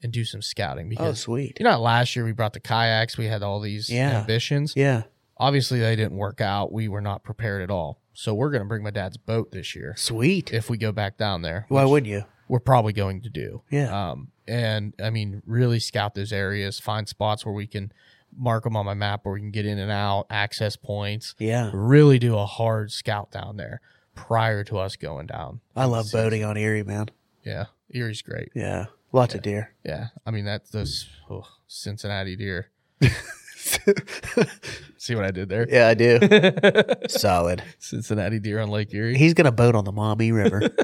Speaker 4: and do some scouting
Speaker 3: Oh,
Speaker 4: because
Speaker 3: sweet.
Speaker 4: you know how last year we brought the kayaks, we had all these
Speaker 3: Yeah.
Speaker 4: ambitions.
Speaker 3: Yeah.
Speaker 4: Obviously they didn't work out. We were not prepared at all. So we're going to bring my dad's boat this year
Speaker 3: Sweet.
Speaker 4: if we go back down there.
Speaker 3: Why
Speaker 4: which
Speaker 3: wouldn't you?
Speaker 4: we're probably going to do.
Speaker 3: Yeah.
Speaker 4: Um and I mean really scout those areas, find spots where we can mark them on my map where we can get in and out, access points.
Speaker 3: Yeah.
Speaker 4: Really do a hard scout down there prior to us going down.
Speaker 3: I love boating on Erie, man.
Speaker 4: Yeah, Erie's great.
Speaker 3: Yeah. Lots of deer.
Speaker 4: Yeah, I mean that's those oh, Cincinnati deer. See what I did there?
Speaker 3: Yeah, I do. Solid.
Speaker 4: Cincinnati deer on Lake Erie.
Speaker 3: He's going to boat on the Maumee River.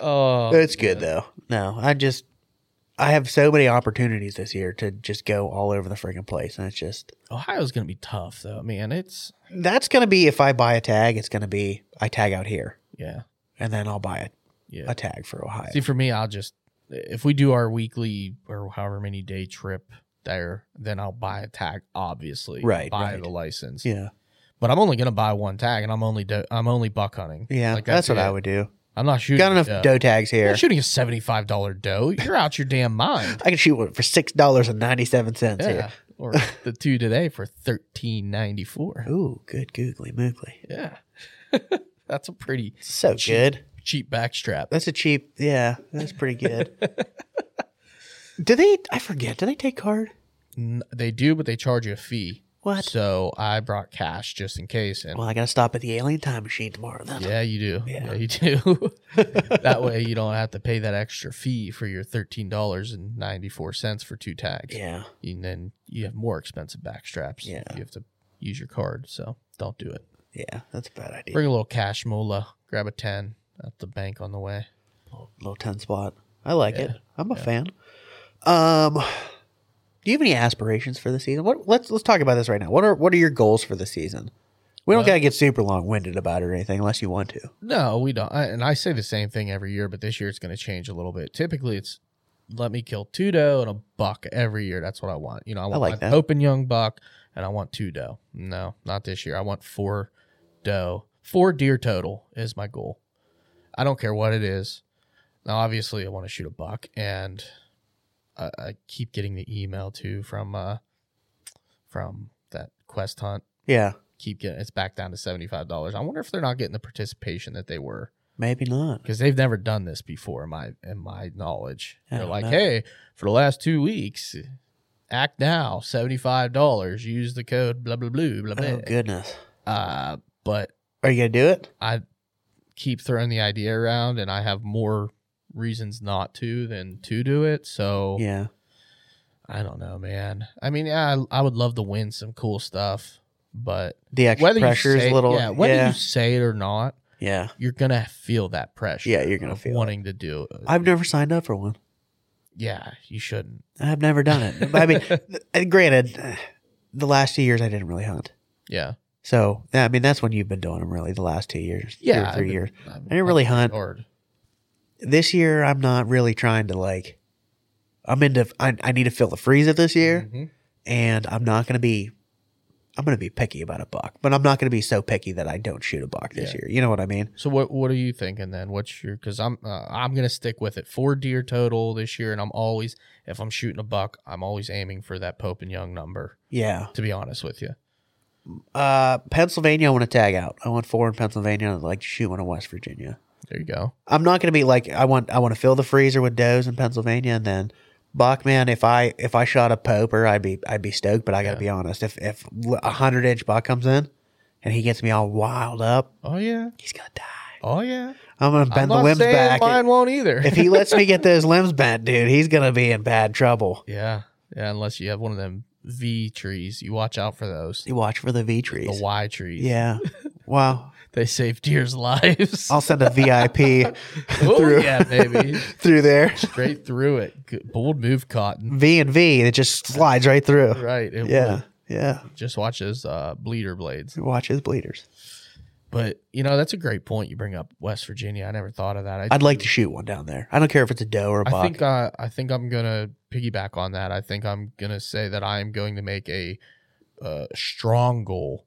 Speaker 4: Oh,
Speaker 3: it's good, though. No, I just, I have so many opportunities this year to just go all over the freaking place. And it's just,
Speaker 4: Ohio's gonna be tough though, man. It's
Speaker 3: that's going to be if I buy a tag, it's going to be I tag out here
Speaker 4: yeah,
Speaker 3: and then I'll buy a,
Speaker 4: yeah.
Speaker 3: a tag for Ohio.
Speaker 4: See, for me, I'll just if we do our weekly or however many day trip there, then I'll buy a tag. Obviously,
Speaker 3: Right,
Speaker 4: Buy
Speaker 3: right.
Speaker 4: the license.
Speaker 3: Yeah.
Speaker 4: But I'm only gonna buy one tag, and I'm only do- I'm only buck hunting.
Speaker 3: Yeah.
Speaker 4: Like,
Speaker 3: that's, what
Speaker 4: it.
Speaker 3: I would do.
Speaker 4: I'm not shooting.
Speaker 3: Got enough
Speaker 4: doe.
Speaker 3: doe tags
Speaker 4: I'm
Speaker 3: here.
Speaker 4: not shooting a seventy five dollar doe. You're out your damn mind.
Speaker 3: I can shoot one for $6.97
Speaker 4: Yeah.
Speaker 3: here.
Speaker 4: or the two today for thirteen ninety four.
Speaker 3: Ooh, good googly moogly.
Speaker 4: Yeah. That's a pretty
Speaker 3: So
Speaker 4: Cheap.
Speaker 3: good.
Speaker 4: cheap backstrap.
Speaker 3: That's a cheap. Yeah, that's pretty good. do they? I forget. Do they take card?
Speaker 4: N- They do, but they charge you a fee.
Speaker 3: What?
Speaker 4: So I brought cash just in case. And
Speaker 3: Well, I gotta stop at the alien time machine tomorrow. Then.
Speaker 4: yeah, you do. Yeah, you do. that way you don't have to pay that extra fee for your thirteen dollars and ninety four cents for two tags.
Speaker 3: Yeah.
Speaker 4: And then you have more expensive backstraps.
Speaker 3: Yeah.
Speaker 4: You have to use your card. So don't do it.
Speaker 3: Yeah, that's a bad idea.
Speaker 4: Bring a little cash moolah. Grab a ten at the bank on the way.
Speaker 3: Little ten spot. I like it. I'm a fan. Um, do you have any aspirations for the season? What? Let's let's talk about this right now. What are what are your goals for the season? We don't gotta get super long winded about it or anything, unless you want to.
Speaker 4: No, we don't. I, and I say the same thing every year, but this year it's going to change a little bit. Typically, it's let me kill two doe and a buck every year. That's what I want. You know, I want
Speaker 3: like
Speaker 4: my
Speaker 3: that.
Speaker 4: open young buck and I want two doe. No, not this year. I want four doe. Four deer total is my goal. I don't care what it is. Now, obviously, I want to shoot a buck, and I, I keep getting the email too from uh from that quest hunt.
Speaker 3: Yeah,
Speaker 4: Keep getting it's back down to seventy five dollars. I wonder if they're not getting the participation that they were
Speaker 3: maybe not.
Speaker 4: because they've never done this before in my in my knowledge.
Speaker 3: I
Speaker 4: They're
Speaker 3: don't
Speaker 4: like,
Speaker 3: know.
Speaker 4: hey, for the last two weeks, act now, seventy five dollars. Use the code blah blah blah blah blah.
Speaker 3: Oh goodness,
Speaker 4: Uh, but
Speaker 3: are you gonna do it?
Speaker 4: I keep throwing the idea around, and I have more reasons not to than to do it. So
Speaker 3: Yeah.
Speaker 4: I don't know, man. I mean, yeah, I, I would love to win some cool stuff, but
Speaker 3: The extra
Speaker 4: whether
Speaker 3: pressure
Speaker 4: you
Speaker 3: is
Speaker 4: say,
Speaker 3: a little.
Speaker 4: yeah,
Speaker 3: Yeah.
Speaker 4: whether
Speaker 3: yeah.
Speaker 4: you say it or not, you're gonna feel that pressure.
Speaker 3: Yeah, you're gonna
Speaker 4: of
Speaker 3: feel it.
Speaker 4: wanting to do. It.
Speaker 3: I've never signed up for one.
Speaker 4: yeah, you shouldn't.
Speaker 3: I've never done it. But I mean, th- granted, the last two years I didn't really hunt.
Speaker 4: Yeah,
Speaker 3: So, yeah, I mean, that's when you've been doing them really the last two years. two or
Speaker 4: yeah, I've
Speaker 3: 3
Speaker 4: been-
Speaker 3: years.
Speaker 4: I've
Speaker 3: I didn't really hunt.
Speaker 4: hard.
Speaker 3: This year, I'm not really trying to like, I'm into, I, I need to fill the freezer this year.
Speaker 4: Mhm.
Speaker 3: and I'm not going to be I'm going to be picky about a buck, but I'm not going to be so picky that I don't shoot a buck this
Speaker 4: Yeah.
Speaker 3: year. You know what I mean?
Speaker 4: So what what are you thinking then? What's your because I'm uh, I'm gonna stick with it four deer total this year, and I'm always if I'm shooting a buck, I'm always aiming for that Pope and Young number.
Speaker 3: Yeah.
Speaker 4: To be honest with you,
Speaker 3: Uh Pennsylvania I want to tag out. I want four in Pennsylvania and I'd like to shoot one in West Virginia.
Speaker 4: there you go.
Speaker 3: I'm not going to be like I want I want to fill the freezer with does in Pennsylvania and then buck man if I if I shot a poper I'd be I'd be stoked, but I got to
Speaker 4: Yeah.
Speaker 3: be honest. If if a 100 inch buck comes in and he gets me all wild up,
Speaker 4: Oh yeah,
Speaker 3: he's going to die.
Speaker 4: oh yeah.
Speaker 3: I'm going to
Speaker 4: I'm
Speaker 3: bend the
Speaker 4: not
Speaker 3: limbs
Speaker 4: saying
Speaker 3: back.
Speaker 4: Mine won't either.
Speaker 3: if he lets me get those limbs bent, dude, he's gonna be in bad trouble.
Speaker 4: yeah, yeah. Unless you have one of them V trees, you watch out for those.
Speaker 3: You watch for the V
Speaker 4: The
Speaker 3: trees.
Speaker 4: Y trees.
Speaker 3: Yeah. Wow.
Speaker 4: they save deer's lives.
Speaker 3: I'll send a VIP
Speaker 4: oh
Speaker 3: through
Speaker 4: yeah, baby.
Speaker 3: through there.
Speaker 4: Straight through it. Good, bold move, Cotton.
Speaker 3: V and V, it just slides right through.
Speaker 4: Right. it
Speaker 3: Yeah.
Speaker 4: will.
Speaker 3: Yeah.
Speaker 4: Just watch those uh, bleeder blades.
Speaker 3: Watch his bleeders.
Speaker 4: But you know that's a great point you bring up, West Virginia. I never thought of that. I,
Speaker 3: I'd like to shoot one down there. I don't care if it's a doe or a
Speaker 4: I
Speaker 3: buck.
Speaker 4: think uh, I think I'm gonna piggyback on that. I think I'm gonna say that I am going to make a uh, strong goal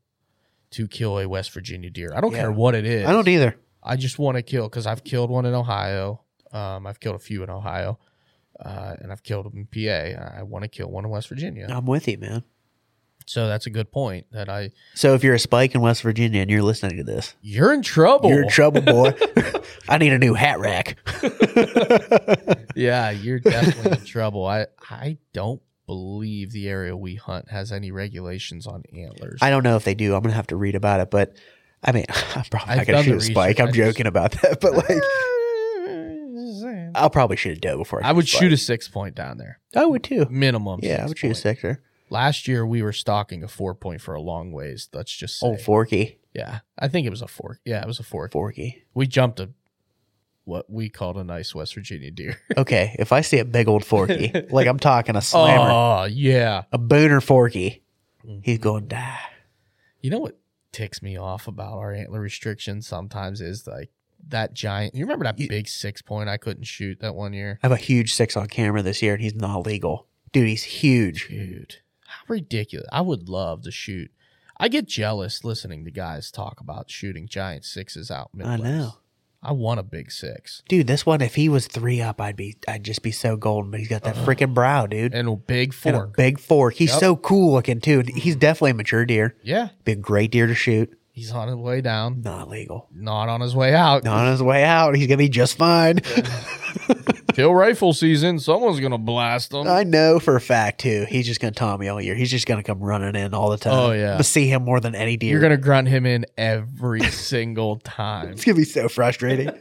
Speaker 4: to kill a West Virginia deer. I don't
Speaker 3: Yeah.
Speaker 4: care what it is.
Speaker 3: I don't e- either.
Speaker 4: I just want to kill because I've killed one in Ohio. Um, I've killed a few in Ohio, uh, and I've killed them in PA. I want to kill one in West Virginia.
Speaker 3: I'm with you, man.
Speaker 4: So that's a good point. That I
Speaker 3: So if you're a spike in West Virginia and you're listening to this,
Speaker 4: you're in trouble.
Speaker 3: you're in trouble, boy. I need a new hat rack.
Speaker 4: yeah, you're definitely in trouble. I I don't believe the area we hunt has any regulations on antlers.
Speaker 3: I don't know if they do. I'm gonna have to read about it, but I mean, I'm probably
Speaker 4: I've
Speaker 3: not gonna
Speaker 4: done
Speaker 3: shoot
Speaker 4: the
Speaker 3: a spike.
Speaker 4: research.
Speaker 3: I'm
Speaker 4: I just-
Speaker 3: joking about that, but like,
Speaker 4: I,
Speaker 3: I'll probably shoot a doe before I.
Speaker 4: would shoot
Speaker 3: A,
Speaker 4: a six point down there,
Speaker 3: I would too.
Speaker 4: minimum.
Speaker 3: Yeah, I
Speaker 4: six
Speaker 3: would shoot a
Speaker 4: point.
Speaker 3: sector.
Speaker 4: Last year we were stalking a four point for a long ways. Let's just say.
Speaker 3: Old forky,
Speaker 4: Yeah, I think it was a fork. Yeah, it was a fork.
Speaker 3: forky.
Speaker 4: We jumped a what we called a nice West Virginia deer.
Speaker 3: Okay, if I see a big old forky, like I'm talking a slammer,
Speaker 4: oh yeah.
Speaker 3: a booner forky,
Speaker 4: Mm.
Speaker 3: he's going to die.
Speaker 4: You know what ticks me off about our antler restrictions sometimes is like that giant. You remember that big six point I couldn't shoot that one year,
Speaker 3: I have a huge six on camera this year, and he's not legal, dude. He's huge.
Speaker 4: dude? How ridiculous! I would love to shoot. I get jealous listening to guys talk about shooting giant sixes out. Midwest.
Speaker 3: know.
Speaker 4: I want a big six
Speaker 3: Dude, this one, if he was three up, I'd be, I'd just be so golden. But he's got that freaking brow, dude,
Speaker 4: Uh-huh. and a big
Speaker 3: and a
Speaker 4: fork.
Speaker 3: big fork. He's
Speaker 4: Yep.
Speaker 3: so cool looking too. and He's definitely a mature deer.
Speaker 4: yeah,
Speaker 3: Be a great deer to shoot.
Speaker 4: he's on his way down,
Speaker 3: Not legal.
Speaker 4: not on his way out.
Speaker 3: Not on his way out. He's gonna be just fine.
Speaker 4: Till rifle season, someone's gonna blast them.
Speaker 3: I know for a fact too. He's just gonna Tommy all year. He's just gonna come running in all the time.
Speaker 4: Oh, yeah.
Speaker 3: I'm gonna see him more than any deer.
Speaker 4: You're gonna grunt him in every single time.
Speaker 3: It's gonna be so frustrating.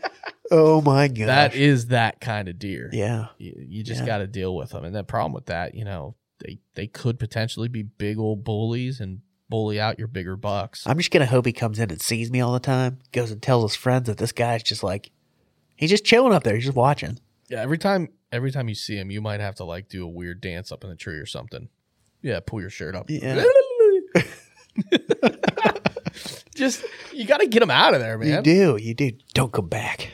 Speaker 3: oh my gosh.
Speaker 4: That is that kind of deer.
Speaker 3: yeah.
Speaker 4: you, you just
Speaker 3: Yeah.
Speaker 4: got to deal with them. And the problem with that, you know, they they could potentially be big old bullies and bully out your bigger bucks.
Speaker 3: I'm just gonna hope he comes in and sees me all the time. Goes and tells his friends that this guy's just like he's just chilling up there. He's just watching.
Speaker 4: Yeah, every time every time you see him, you might have to like do a weird dance up in the tree or something. Yeah, pull your shirt up.
Speaker 3: Yeah.
Speaker 4: just you got to get them out of there,
Speaker 3: You
Speaker 4: man.
Speaker 3: do, you do. Don't come back.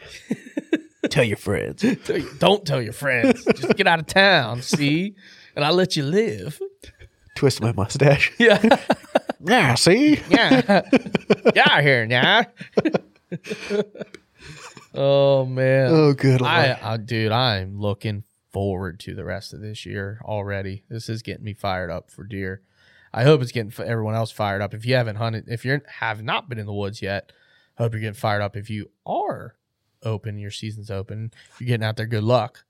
Speaker 3: Tell your friends.
Speaker 4: Tell you- Don't tell your friends. just get out of town. See, and I'll let you live.
Speaker 3: Twist my mustache.
Speaker 4: Yeah.
Speaker 3: yeah, see?
Speaker 4: yeah. Get out of here now. oh man.
Speaker 3: Oh good lord.
Speaker 4: I, uh, I dude, I'm looking forward to the rest of this year already. This is getting me fired up for deer. I hope it's getting f- everyone else fired up. If you haven't hunted, if you have not been in the woods yet, I hope you're getting fired up. If you are open, your season's open. You're getting out there. Good luck.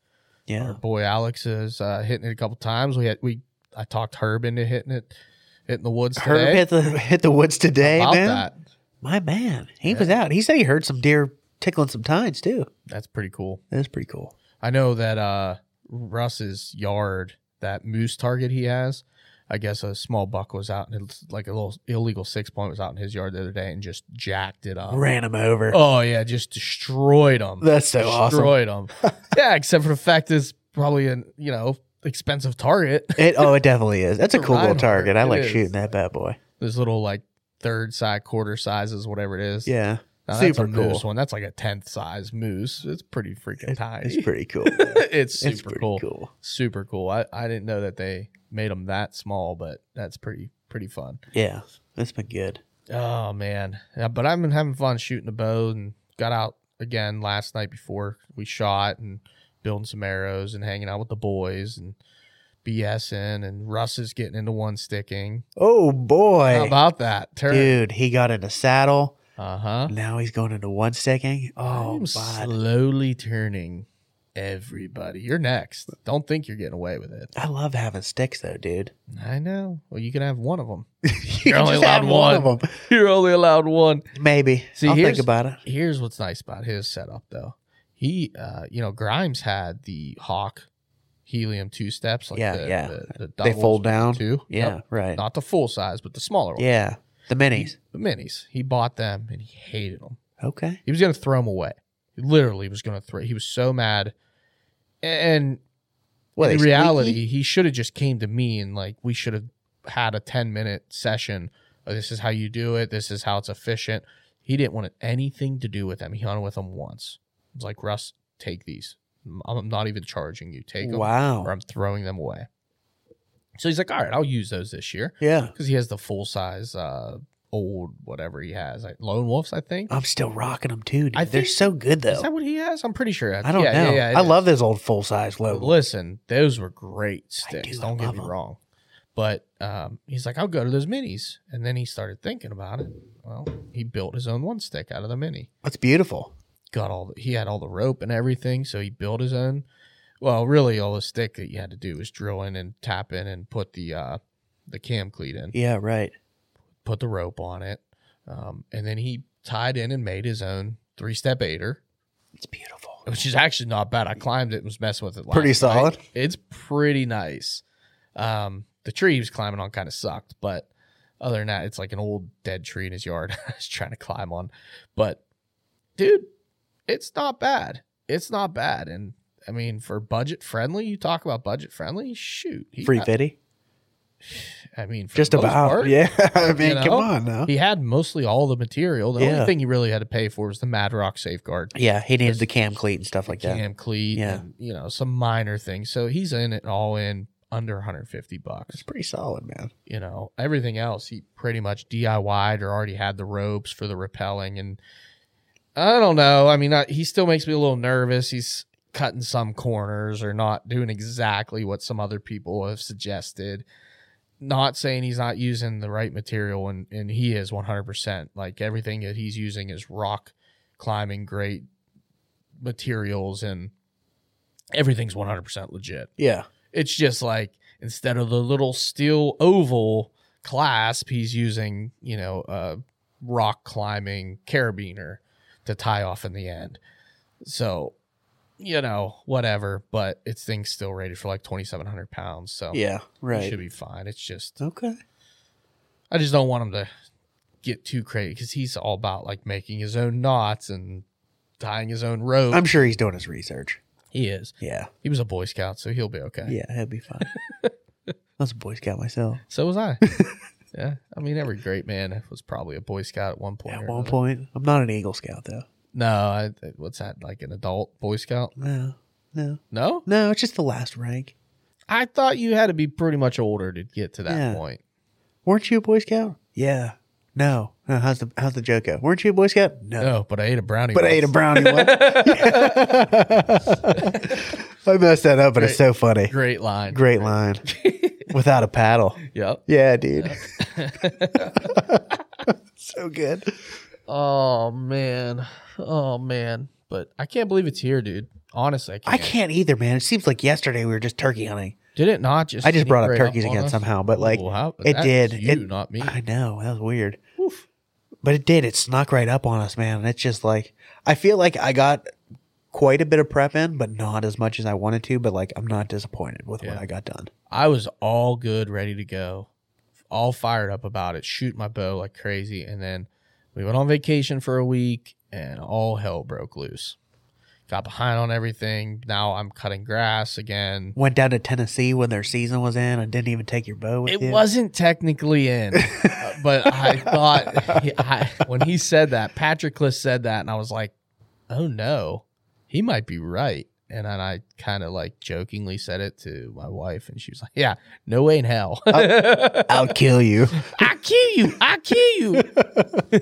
Speaker 3: yeah.
Speaker 4: Our boy Alex is uh, hitting it a couple times. We had we I talked Herb into hitting it, hitting the woods. Today.
Speaker 3: Herb hit the hit the woods today,
Speaker 4: about
Speaker 3: man.
Speaker 4: that.
Speaker 3: My man, he was out. He said he heard some deer tickling some tines too.
Speaker 4: That's pretty cool.
Speaker 3: That's pretty cool.
Speaker 4: I know that uh Russ's yard that moose target he has. I guess a small buck was out and it's like a little illegal six point was out in his yard the other day and just jacked it up.
Speaker 3: Ran him over.
Speaker 4: Oh yeah, just destroyed him.
Speaker 3: That's so awesome.
Speaker 4: destroyed him. yeah, except for the fact it's probably an you know expensive target.
Speaker 3: It, oh, it definitely is. That's a
Speaker 4: It's a
Speaker 3: cool little
Speaker 4: rhino.
Speaker 3: target. I
Speaker 4: It
Speaker 3: like
Speaker 4: is.
Speaker 3: shooting that bad boy.
Speaker 4: This little like third size, quarter sizes, whatever it is.
Speaker 3: Yeah.
Speaker 4: Now, that's
Speaker 3: super
Speaker 4: a moose
Speaker 3: cool.
Speaker 4: one. That's like a tenth size moose. It's pretty freaking tiny.
Speaker 3: It's pretty cool.
Speaker 4: it's super
Speaker 3: it's pretty
Speaker 4: cool.
Speaker 3: cool.
Speaker 4: Super cool. I, I didn't know that they made them that small, but that's pretty pretty fun.
Speaker 3: Yeah. That's been good.
Speaker 4: Oh man, yeah, but I've been having fun shooting the bow and got out again last night before we shot and building some arrows and hanging out with the boys and BSing and Russ is getting into one sticking.
Speaker 3: Oh boy.
Speaker 4: How about that, Turn.
Speaker 3: Dude, he got in a saddle.
Speaker 4: Uh huh.
Speaker 3: Now he's going into one sticking. Oh,
Speaker 4: I'm
Speaker 3: bud.
Speaker 4: slowly turning everybody. You're next. Don't think you're getting away with it.
Speaker 3: I love having sticks though, dude.
Speaker 4: I know. Well, you can have one of them.
Speaker 3: You
Speaker 4: You're only
Speaker 3: just have
Speaker 4: allowed one.
Speaker 3: them.
Speaker 4: You're only allowed one.
Speaker 3: Maybe.
Speaker 4: See,
Speaker 3: I'll think
Speaker 4: here's-
Speaker 3: about it.
Speaker 4: Here's what's nice about his setup, though. He, uh, you know, Grimes had the Hawk helium two steps, like
Speaker 3: Yeah,
Speaker 4: the,
Speaker 3: yeah.
Speaker 4: the, the
Speaker 3: They
Speaker 4: doubles
Speaker 3: fold down.
Speaker 4: Two,
Speaker 3: Yeah,
Speaker 4: Yep.
Speaker 3: right.
Speaker 4: not the full size, but the smaller one.
Speaker 3: Yeah. The minis.
Speaker 4: the minis. He bought them and he hated them.
Speaker 3: Okay.
Speaker 4: He was gonna throw them away. He literally was gonna throw. He was so mad, and
Speaker 3: What,
Speaker 4: in
Speaker 3: they
Speaker 4: reality,
Speaker 3: squeaky?
Speaker 4: he should have just came to me and like we should have had a 10 minute session. Oh, This is how you do it. This is how it's efficient. He didn't want anything to do with them. He hunted with them once. It's like, Russ, take these. I'm- I'm not even charging you. Take them.
Speaker 3: Wow.
Speaker 4: Or I'm throwing them away. So he's like, all right, I'll use those this year
Speaker 3: Yeah.
Speaker 4: because he has the full size, uh, old whatever he has, like Lone Wolves, I think.
Speaker 3: I'm still rocking them too, dude.
Speaker 4: I
Speaker 3: They're
Speaker 4: think-
Speaker 3: so good though.
Speaker 4: Is that what he has? I'm pretty sure. that's-
Speaker 3: I don't
Speaker 4: yeah,
Speaker 3: know.
Speaker 4: Yeah, yeah, it
Speaker 3: I
Speaker 4: is.
Speaker 3: love this old full size logo.
Speaker 4: Listen, those were great
Speaker 3: I do,
Speaker 4: sticks.
Speaker 3: I
Speaker 4: don't get
Speaker 3: love
Speaker 4: me
Speaker 3: 'em.
Speaker 4: wrong. But um, he's like, I'll go to those minis. And then he started thinking about it. Well, he built his own one stick out of the mini.
Speaker 3: That's beautiful.
Speaker 4: Got all the, he had all the rope and everything, so he built his own. Well, really, all the stick that you had to do was drill in and tap in and put the uh, the cam cleat in,
Speaker 3: Yeah, right.
Speaker 4: put the rope on it, um, and then he tied in and made his own three step aider
Speaker 3: It's beautiful.
Speaker 4: which is actually not bad. I climbed it and was messing with it. Last
Speaker 3: Pretty
Speaker 4: night.
Speaker 3: solid.
Speaker 4: It's pretty nice. Um, the tree he was climbing on kind of sucked, but other than that, it's like an old dead tree in his yard. I was trying to climb on, but dude, it's not bad. It's not bad, and I mean for budget friendly, you talk about budget friendly. Shoot, he
Speaker 3: Free
Speaker 4: got-
Speaker 3: fitty.
Speaker 4: I mean, for
Speaker 3: Just
Speaker 4: the most
Speaker 3: about.
Speaker 4: part,
Speaker 3: yeah. I mean,
Speaker 4: you know?
Speaker 3: come on now.
Speaker 4: He had mostly all the material. The
Speaker 3: Yeah.
Speaker 4: only thing he really had to pay for was the Madrock safeguard.
Speaker 3: yeah, he needed the cam cleat and stuff like that.
Speaker 4: cam cleat,
Speaker 3: Yeah.
Speaker 4: and, you know, some minor things. So he's in it all in under 150 bucks.
Speaker 3: It's pretty solid, man.
Speaker 4: You know, everything else he pretty much DIY'd or already had the ropes for the rappelling, and I don't know. I mean, I, he still makes me a little nervous. He's cutting some corners or not doing exactly what some other people have suggested. Not saying he's not using the right material, and and he is 100%. Like everything that he's using is rock climbing great materials and everything's 100% legit.
Speaker 3: Yeah.
Speaker 4: It's just like instead of the little steel oval clasp, he's using, you know, a rock climbing carabiner to tie off in the end. So, you know, whatever, but it's things still rated for like 2,700 pounds. So,
Speaker 3: Yeah.
Speaker 4: It
Speaker 3: Right.
Speaker 4: Oh, should be fine. It's just,
Speaker 3: Okay.
Speaker 4: I just don't want him to get too crazy because he's all about like making his own knots and tying his own rope.
Speaker 3: I'm sure he's doing his research.
Speaker 4: he is.
Speaker 3: Yeah.
Speaker 4: He was a Boy Scout, so he'll be okay.
Speaker 3: Yeah, he'll be fine. I was a Boy Scout myself.
Speaker 4: So was I. yeah. I mean, every great man was probably a Boy Scout at one point.
Speaker 3: At
Speaker 4: or
Speaker 3: one
Speaker 4: another.
Speaker 3: point, I'm not an Eagle Scout though.
Speaker 4: No, I, what's that? Like an adult Boy Scout?
Speaker 3: No, no,
Speaker 4: No?
Speaker 3: no. It's just the last rank.
Speaker 4: I thought you had to be pretty much older to get to that
Speaker 3: Yeah.
Speaker 4: point.
Speaker 3: Weren't you a Boy Scout? Yeah. No. no how's the How's the joke go? Weren't you a Boy Scout? No.
Speaker 4: No, but I ate a brownie.
Speaker 3: But I
Speaker 4: once.
Speaker 3: ate a brownie. once. I messed that up, but it's so funny. Great,
Speaker 4: Great line.
Speaker 3: line. Without a paddle.
Speaker 4: Yep.
Speaker 3: Yeah, dude. so good.
Speaker 4: Oh, man. Oh, man. But I can't believe it's here, dude. Honestly, I can't.
Speaker 3: I can't either, man. It seems like yesterday we were just turkey hunting.
Speaker 4: Did it not just?
Speaker 3: I just brought up
Speaker 4: sneak right
Speaker 3: turkeys
Speaker 4: on
Speaker 3: again
Speaker 4: us?
Speaker 3: somehow, but like
Speaker 4: Ooh, how-
Speaker 3: it
Speaker 4: that's
Speaker 3: did.
Speaker 4: You,
Speaker 3: It-
Speaker 4: not me.
Speaker 3: I know that was weird. But it did. It snuck right up on us, man. And it's just like I feel like I got quite a bit of prep in, but not as much as I wanted to. But like, I'm not disappointed with
Speaker 4: Yeah.
Speaker 3: what I got done.
Speaker 4: I was all good, ready to go, all fired up about it, shoot my bow like crazy. And then we went on vacation for a week and all hell broke loose. Got behind on everything. Now I'm cutting grass again.
Speaker 3: Went down to Tennessee when their season was in and didn't even take your bow with
Speaker 4: It
Speaker 3: you.
Speaker 4: wasn't technically in, uh, but I thought I, when he said that, Patrick List said that, and I was like, oh no, he might be right. And then I kind of like jokingly said it to my wife, and she was like, yeah, no way in hell.
Speaker 3: I'll kill you.
Speaker 4: I kill you. I kill you.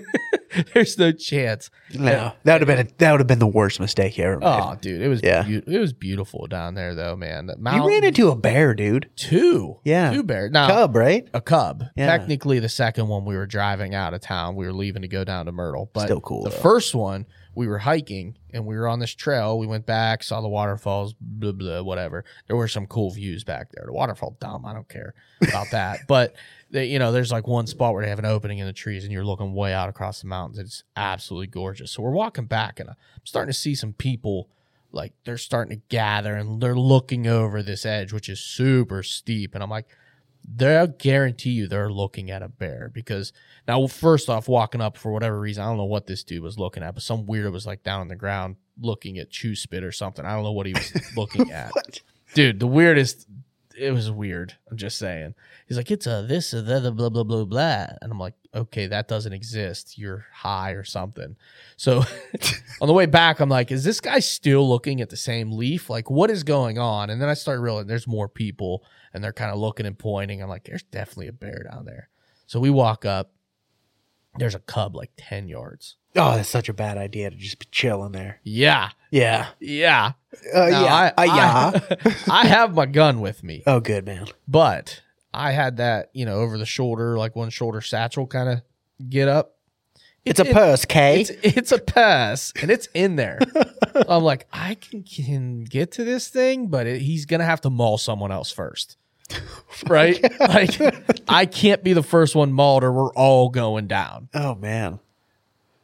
Speaker 4: There's no chance.
Speaker 3: No, that would have been a, that would have been the worst mistake you ever made.
Speaker 4: Oh, dude, it was
Speaker 3: Yeah.
Speaker 4: beau- it was beautiful down there though, man. The
Speaker 3: you ran into a bear, dude.
Speaker 4: two,
Speaker 3: Yeah.
Speaker 4: two bears. Now,
Speaker 3: Cub, right?
Speaker 4: a cub.
Speaker 3: Yeah.
Speaker 4: Technically, the second one we were driving out of town. We were leaving to go down to Myrtle, but
Speaker 3: Still cool,
Speaker 4: The
Speaker 3: though.
Speaker 4: first one we were hiking and we were on this trail. We went back, saw the waterfalls, blah blah, whatever. There were some cool views back there. The waterfall, dumb. I don't care about that, but. They, you know, there's like one spot where they have an opening in the trees, and you're looking way out across the mountains. It's absolutely gorgeous. So we're walking back, and I'm starting to see some people like they're starting to gather and they're looking over this edge, which is super steep. And I'm like, they'll guarantee you they're looking at a bear because now first off walking up for whatever reason i don't know what this dude was looking at but some weirdo was like down on the ground looking at chew spit or something i don't know what he was looking at dude the weirdest it was weird i'm just saying he's like it's a this a that a blah blah blah blah and i'm like okay that doesn't exist you're high or something so on the way back i'm like is this guy still looking at the same leaf like what is going on and then i start realizing there's more people and they're kind of looking and pointing i'm like there's definitely a bear down there so we walk up there's a cub like 10 yards
Speaker 3: Oh, that's such a bad idea to just be chilling there.
Speaker 4: yeah
Speaker 3: Yeah.
Speaker 4: yeah
Speaker 3: Uh,
Speaker 4: Now,
Speaker 3: yeah. uh,
Speaker 4: I,
Speaker 3: yeah.
Speaker 4: I, I have my gun with me
Speaker 3: oh, good man.
Speaker 4: but I had that, you know, over the shoulder, like one shoulder satchel kind of get up.
Speaker 3: It's, a purse, Kay.
Speaker 4: It's, it's a pass, and it's in there. I'm like, I can, can get to this thing, but it, he's gonna have to maul someone else first, right? like, I can't be the first one mauled, or we're all going down.
Speaker 3: Oh man.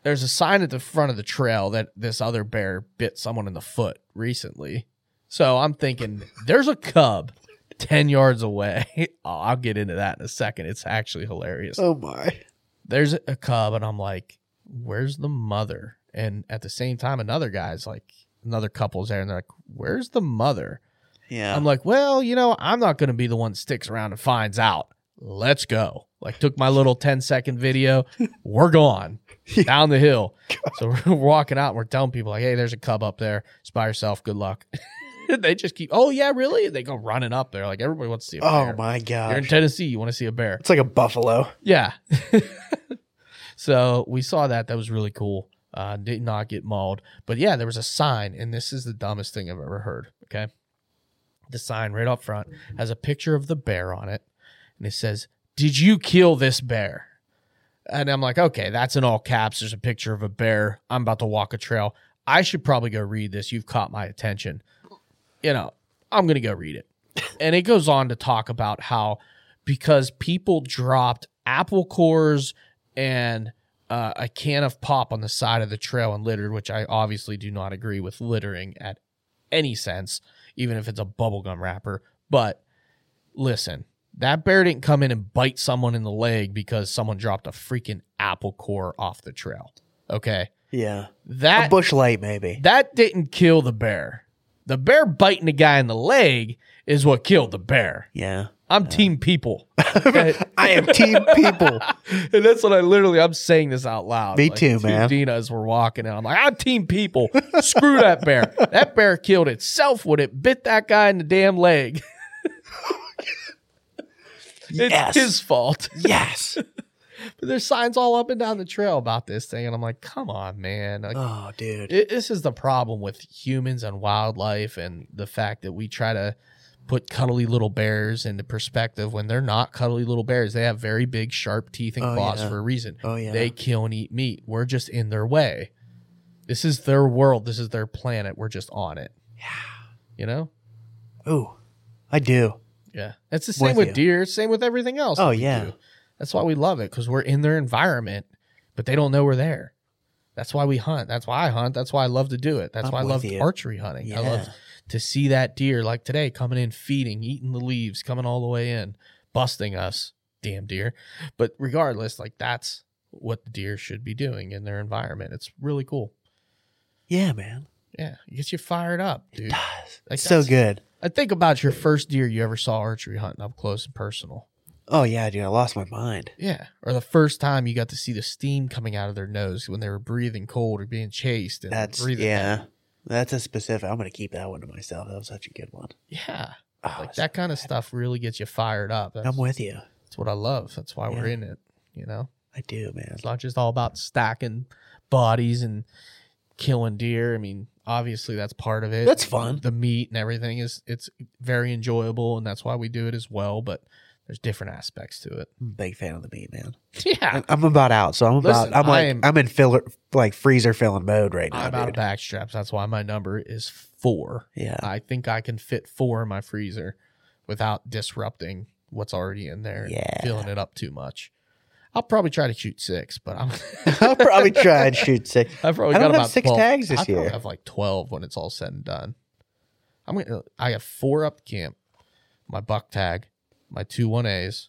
Speaker 4: There's a sign at the front of the trail that this other bear bit someone in the foot recently. So I'm thinking, there's a cub 10 yards away. Oh, I'll get into that in a second. It's actually hilarious.
Speaker 3: Oh my.
Speaker 4: There's a cub, and I'm like, where's the mother? And at the same time, another guy's like, another couple's there, and they're like, where's the mother?
Speaker 3: Yeah.
Speaker 4: I'm like, well, you know, I'm not going to be the one that sticks around and finds out. Let's go. Like, took my little 10 second video. We're gone down the hill. So we're walking out and we're telling people, like, hey, there's a cub up there. It's by yourself. Good luck. they just keep, oh, yeah, really? And they go running up there. Like, everybody wants to see a
Speaker 3: oh
Speaker 4: bear.
Speaker 3: my
Speaker 4: You're in
Speaker 3: gosh.
Speaker 4: Tennessee. You want to see a bear.
Speaker 3: It's like a buffalo.
Speaker 4: Yeah. so we saw that. That was really cool. Uh, did not get mauled. But yeah, there was a sign, and this is the dumbest thing I've ever heard. Okay. The sign right up front has a picture of the bear on it, and it says, Did you kill this bear? And I'm like, Okay, that's in all caps. There's a picture of a bear. I'm about to walk a trail. I should probably go read this. You've caught my attention. You know, I'm going to go read it. And it goes on to talk about how because people dropped apple cores and uh, a can of pop on the side of the trail and littered, which I obviously do not agree with littering at any sense, even if it's a bubblegum wrapper. But listen, that bear didn't come in and bite someone in the leg because someone dropped a freaking apple core off the trail. Okay.
Speaker 3: Yeah.
Speaker 4: That
Speaker 3: a bush light maybe.
Speaker 4: that didn't kill the bear. The bear biting the guy in the leg is what killed the bear.
Speaker 3: yeah.
Speaker 4: I'm team people. Okay?
Speaker 3: I am team people.
Speaker 4: and that's what I literally I'm saying this out loud.
Speaker 3: Me
Speaker 4: like,
Speaker 3: too,
Speaker 4: to
Speaker 3: man.
Speaker 4: Dina as we're walking, and I'm like, I'm team people. Screw that bear. That bear killed itself when it bit that guy in the damn leg. it's
Speaker 3: Yes.
Speaker 4: his fault.
Speaker 3: yes.
Speaker 4: But there's signs all up and down the trail about this thing, and I'm like, come on, man. Like,
Speaker 3: Oh, dude.
Speaker 4: it, this is the problem with humans and wildlife and the fact that we try to put cuddly little bears into perspective when they're not cuddly little bears they have very big sharp teeth and
Speaker 3: Oh,
Speaker 4: claws
Speaker 3: yeah.
Speaker 4: for a reason
Speaker 3: Oh, yeah.
Speaker 4: they kill and eat meat we're just in their way this is their world this is their planet we're just on it yeah you know
Speaker 3: Ooh. I do.
Speaker 4: yeah it's the same
Speaker 3: With
Speaker 4: with,
Speaker 3: you.
Speaker 4: deer same with everything else
Speaker 3: Oh,
Speaker 4: that we
Speaker 3: yeah.
Speaker 4: do. that's why we love it because we're in their environment but they don't know we're there That's why we hunt. That's why I hunt. That's why I love to do it. That's
Speaker 3: I'm
Speaker 4: why I
Speaker 3: with
Speaker 4: love
Speaker 3: you.
Speaker 4: archery hunting. I love
Speaker 3: Yeah.
Speaker 4: to see that deer like today coming in, feeding, eating the leaves, coming all the way in, busting us. Damn deer. But regardless, like that's what the deer should be doing in their environment. It's really cool.
Speaker 3: Yeah, man.
Speaker 4: Yeah. It gets you fired up, dude. Like,
Speaker 3: It's so
Speaker 4: that's-
Speaker 3: good.
Speaker 4: I think about your first deer you ever saw archery hunting up close and personal.
Speaker 3: Oh yeah, dude. I lost my mind.
Speaker 4: Yeah. Or the first time you got to see the steam coming out of their nose when they were breathing cold or being chased and
Speaker 3: That's
Speaker 4: breathing.
Speaker 3: yeah. That's a specific. I'm gonna keep that one to myself. That was such a good one.
Speaker 4: Yeah.
Speaker 3: Oh,
Speaker 4: like
Speaker 3: it's-
Speaker 4: that kind of stuff really gets you fired up. That's,
Speaker 3: I'm with you.
Speaker 4: that's what I love. That's why we're
Speaker 3: Yeah.
Speaker 4: in it. You know,
Speaker 3: I do, man.
Speaker 4: it's not just all about stacking bodies and killing deer. I mean, obviously that's part of it.
Speaker 3: That's fun.
Speaker 4: The meat and everything is it's very enjoyable, and that's why we do it as well. But there's different aspects to it.
Speaker 3: I'm a big fan of the meat, man.
Speaker 4: Yeah,
Speaker 3: I- I'm about out, so I'm about.
Speaker 4: Ah. Listen,
Speaker 3: I'm
Speaker 4: I
Speaker 3: like
Speaker 4: am-
Speaker 3: I'm in filler like freezer filling mode right now,
Speaker 4: I'm out of
Speaker 3: dude.
Speaker 4: back straps. That's why my number is four.
Speaker 3: Yeah.
Speaker 4: I think I can fit four in my freezer without disrupting what's already in there. and
Speaker 3: Yeah.
Speaker 4: filling it up too much. I'll probably try to shoot six, but I'm
Speaker 3: I'll probably try and shoot six.
Speaker 4: I've probably
Speaker 3: I
Speaker 4: got
Speaker 3: don't have
Speaker 4: about
Speaker 3: six
Speaker 4: 12.
Speaker 3: tags this
Speaker 4: I probably
Speaker 3: year.
Speaker 4: have like twelve when it's all said and done. I'm gonna. I have four up camp, my buck tag, my two one A's,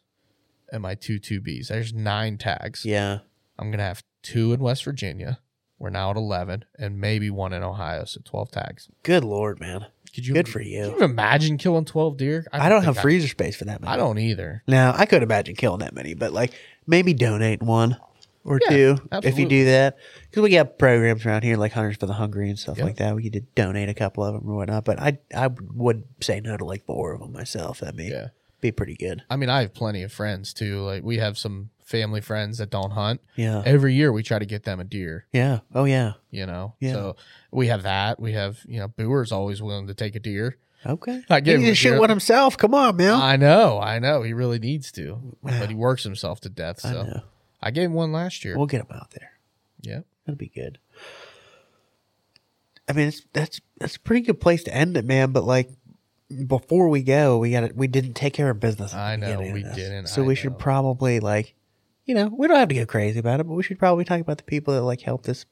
Speaker 4: and my two two B's. There's nine tags.
Speaker 3: Yeah.
Speaker 4: I'm gonna have two in West Virginia. We're now at eleven, and maybe one in Ohio. So twelve tags.
Speaker 3: Good lord, man.
Speaker 4: Could you?
Speaker 3: Good for
Speaker 4: Can
Speaker 3: you.
Speaker 4: you imagine killing twelve deer?
Speaker 3: I don't
Speaker 4: think
Speaker 3: have freezer space for that many.
Speaker 4: I, don't either.
Speaker 3: Now I could imagine killing that many, but like maybe donate one or
Speaker 4: Yeah,
Speaker 3: two if
Speaker 4: absolutely.
Speaker 3: you do that. Because we got programs around here like Hunters for the Hungry and stuff
Speaker 4: Yep.
Speaker 3: like that. We could donate a couple of them or whatnot. But I I would say no to like four of them myself. That'd be
Speaker 4: Yeah.
Speaker 3: be pretty good.
Speaker 4: I mean, I have plenty of friends too. Like we have some family friends that don't hunt.
Speaker 3: Yeah.
Speaker 4: Every year we try to get them a deer.
Speaker 3: Yeah. Oh yeah.
Speaker 4: you know.
Speaker 3: Yeah.
Speaker 4: So we have that. We have you know Boer's always willing to take a deer.
Speaker 3: Okay.
Speaker 4: I gave
Speaker 3: he
Speaker 4: him a
Speaker 3: can shoot
Speaker 4: zero.
Speaker 3: one himself. Come on, man.
Speaker 4: I know, I know. He really needs to, but he works himself to death.
Speaker 3: I
Speaker 4: So
Speaker 3: know.
Speaker 4: I, gave him one last year.
Speaker 3: We'll get him out there.
Speaker 4: yeah,
Speaker 3: That'd be good. I mean, it's, that's that's a pretty good place to end it, man. But like, before we go, we got to we didn't take care of business. at the
Speaker 4: I know,
Speaker 3: beginning of
Speaker 4: we
Speaker 3: this.
Speaker 4: didn't,
Speaker 3: So
Speaker 4: I
Speaker 3: we
Speaker 4: know.
Speaker 3: should probably like, you know, we don't have to go crazy about it, but we should probably talk about the people that like helped this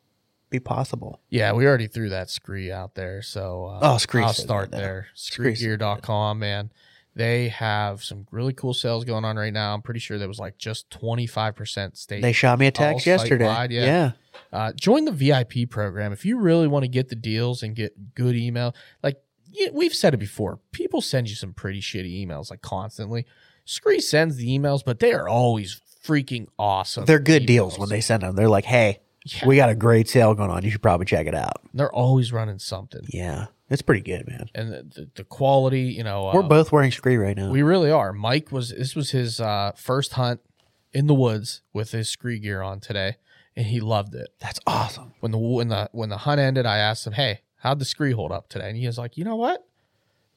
Speaker 3: be possible.
Speaker 4: yeah. We already threw that scree out there. So uh,
Speaker 3: Oh, Scree
Speaker 4: I'll
Speaker 3: says
Speaker 4: start
Speaker 3: that now.
Speaker 4: there.
Speaker 3: Scree says
Speaker 4: Screegear.com, man. They have some really cool sales going on right now. I'm pretty sure there was like just 25% state.
Speaker 3: They shot me a text
Speaker 4: All
Speaker 3: yesterday.
Speaker 4: site-wide, yeah.
Speaker 3: yeah,
Speaker 4: Uh, join the VIP program if you really want to get the deals and get good email. Like yeah, we've said it before, people send you some pretty shitty emails like constantly. Scree sends the emails, but they are always freaking awesome.
Speaker 3: they're good
Speaker 4: emails.
Speaker 3: deals when they send them. They're like, hey,
Speaker 4: Yeah.
Speaker 3: we got a great sale going on. You should probably check it out.
Speaker 4: They're always running something,
Speaker 3: Yeah, it's pretty good, man.
Speaker 4: and the, the, the quality. You know, uh,
Speaker 3: We're both wearing scree right now.
Speaker 4: we really are. Mike was this was his uh, first hunt in the woods with his Scree gear on today, and he loved it.
Speaker 3: that's awesome.
Speaker 4: when the when the when the hunt ended, I asked him, "Hey, how'd the scree hold up today?" And he was like, "You know what?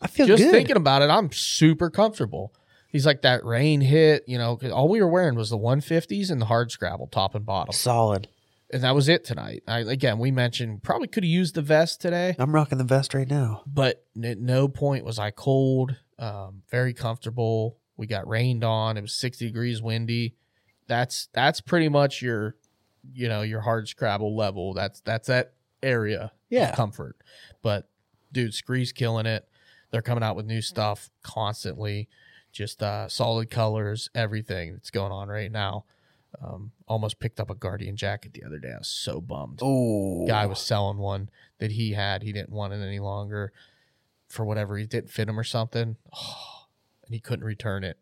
Speaker 3: I feel
Speaker 4: Just
Speaker 3: good.
Speaker 4: thinking about it, I'm super comfortable." He's like, "That rain hit, you know, 'cause all we were wearing was the 150s and the hard scrabble top and bottom,
Speaker 3: Solid.
Speaker 4: and that was it tonight." I, again, we mentioned probably could have used the vest today,
Speaker 3: I'm rocking the vest right now.
Speaker 4: but at no point was I cold. Um, very comfortable. We got rained on. It was 60 degrees, windy. That's that's pretty much your, you know, your hard scrabble level. That's that's that area
Speaker 3: Yeah.
Speaker 4: of comfort. But dude, Scree's killing it. They're coming out with new stuff constantly. Just uh, solid colors, everything that's going on right now. Um, almost picked up a Guardian jacket the other day. I was so bummed
Speaker 3: Oh,
Speaker 4: guy was selling one that he had. He didn't want it any longer for whatever. He didn't fit him or something. and he couldn't return it.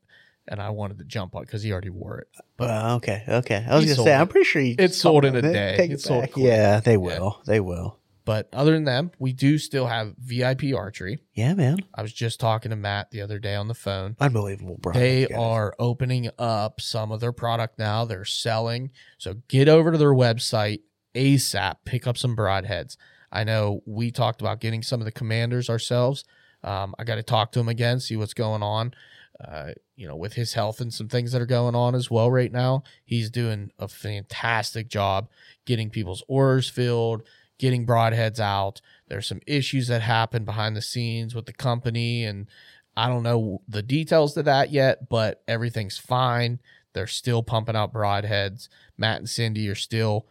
Speaker 4: And I wanted to jump on because he already wore it.
Speaker 3: Well, okay, okay. I was
Speaker 4: He
Speaker 3: gonna
Speaker 4: sold
Speaker 3: say,
Speaker 4: it.
Speaker 3: I'm pretty sure you
Speaker 4: It sold in a
Speaker 3: They-
Speaker 4: day.
Speaker 3: take
Speaker 4: It
Speaker 3: it
Speaker 4: sold
Speaker 3: back.
Speaker 4: quick.
Speaker 3: Yeah, they will. They will.
Speaker 4: But other than them, we do still have VIP archery.
Speaker 3: Yeah, man.
Speaker 4: I was just talking to Matt the other day on the phone.
Speaker 3: Unbelievable, bro.
Speaker 4: They are opening up some of their product now. They're selling. So get over to their website ASAP, pick up some broadheads. I know we talked about getting some of the commanders ourselves. Um, I got to talk to him again, see what's going on. Uh, you know, with his health and some things that are going on as well right now, he's doing a fantastic job getting people's orders filled, getting broadheads out. There's some issues that happen behind the scenes with the company, and I don't know the details to that yet, but everything's fine. They're still pumping out broadheads. Matt and Cindy are still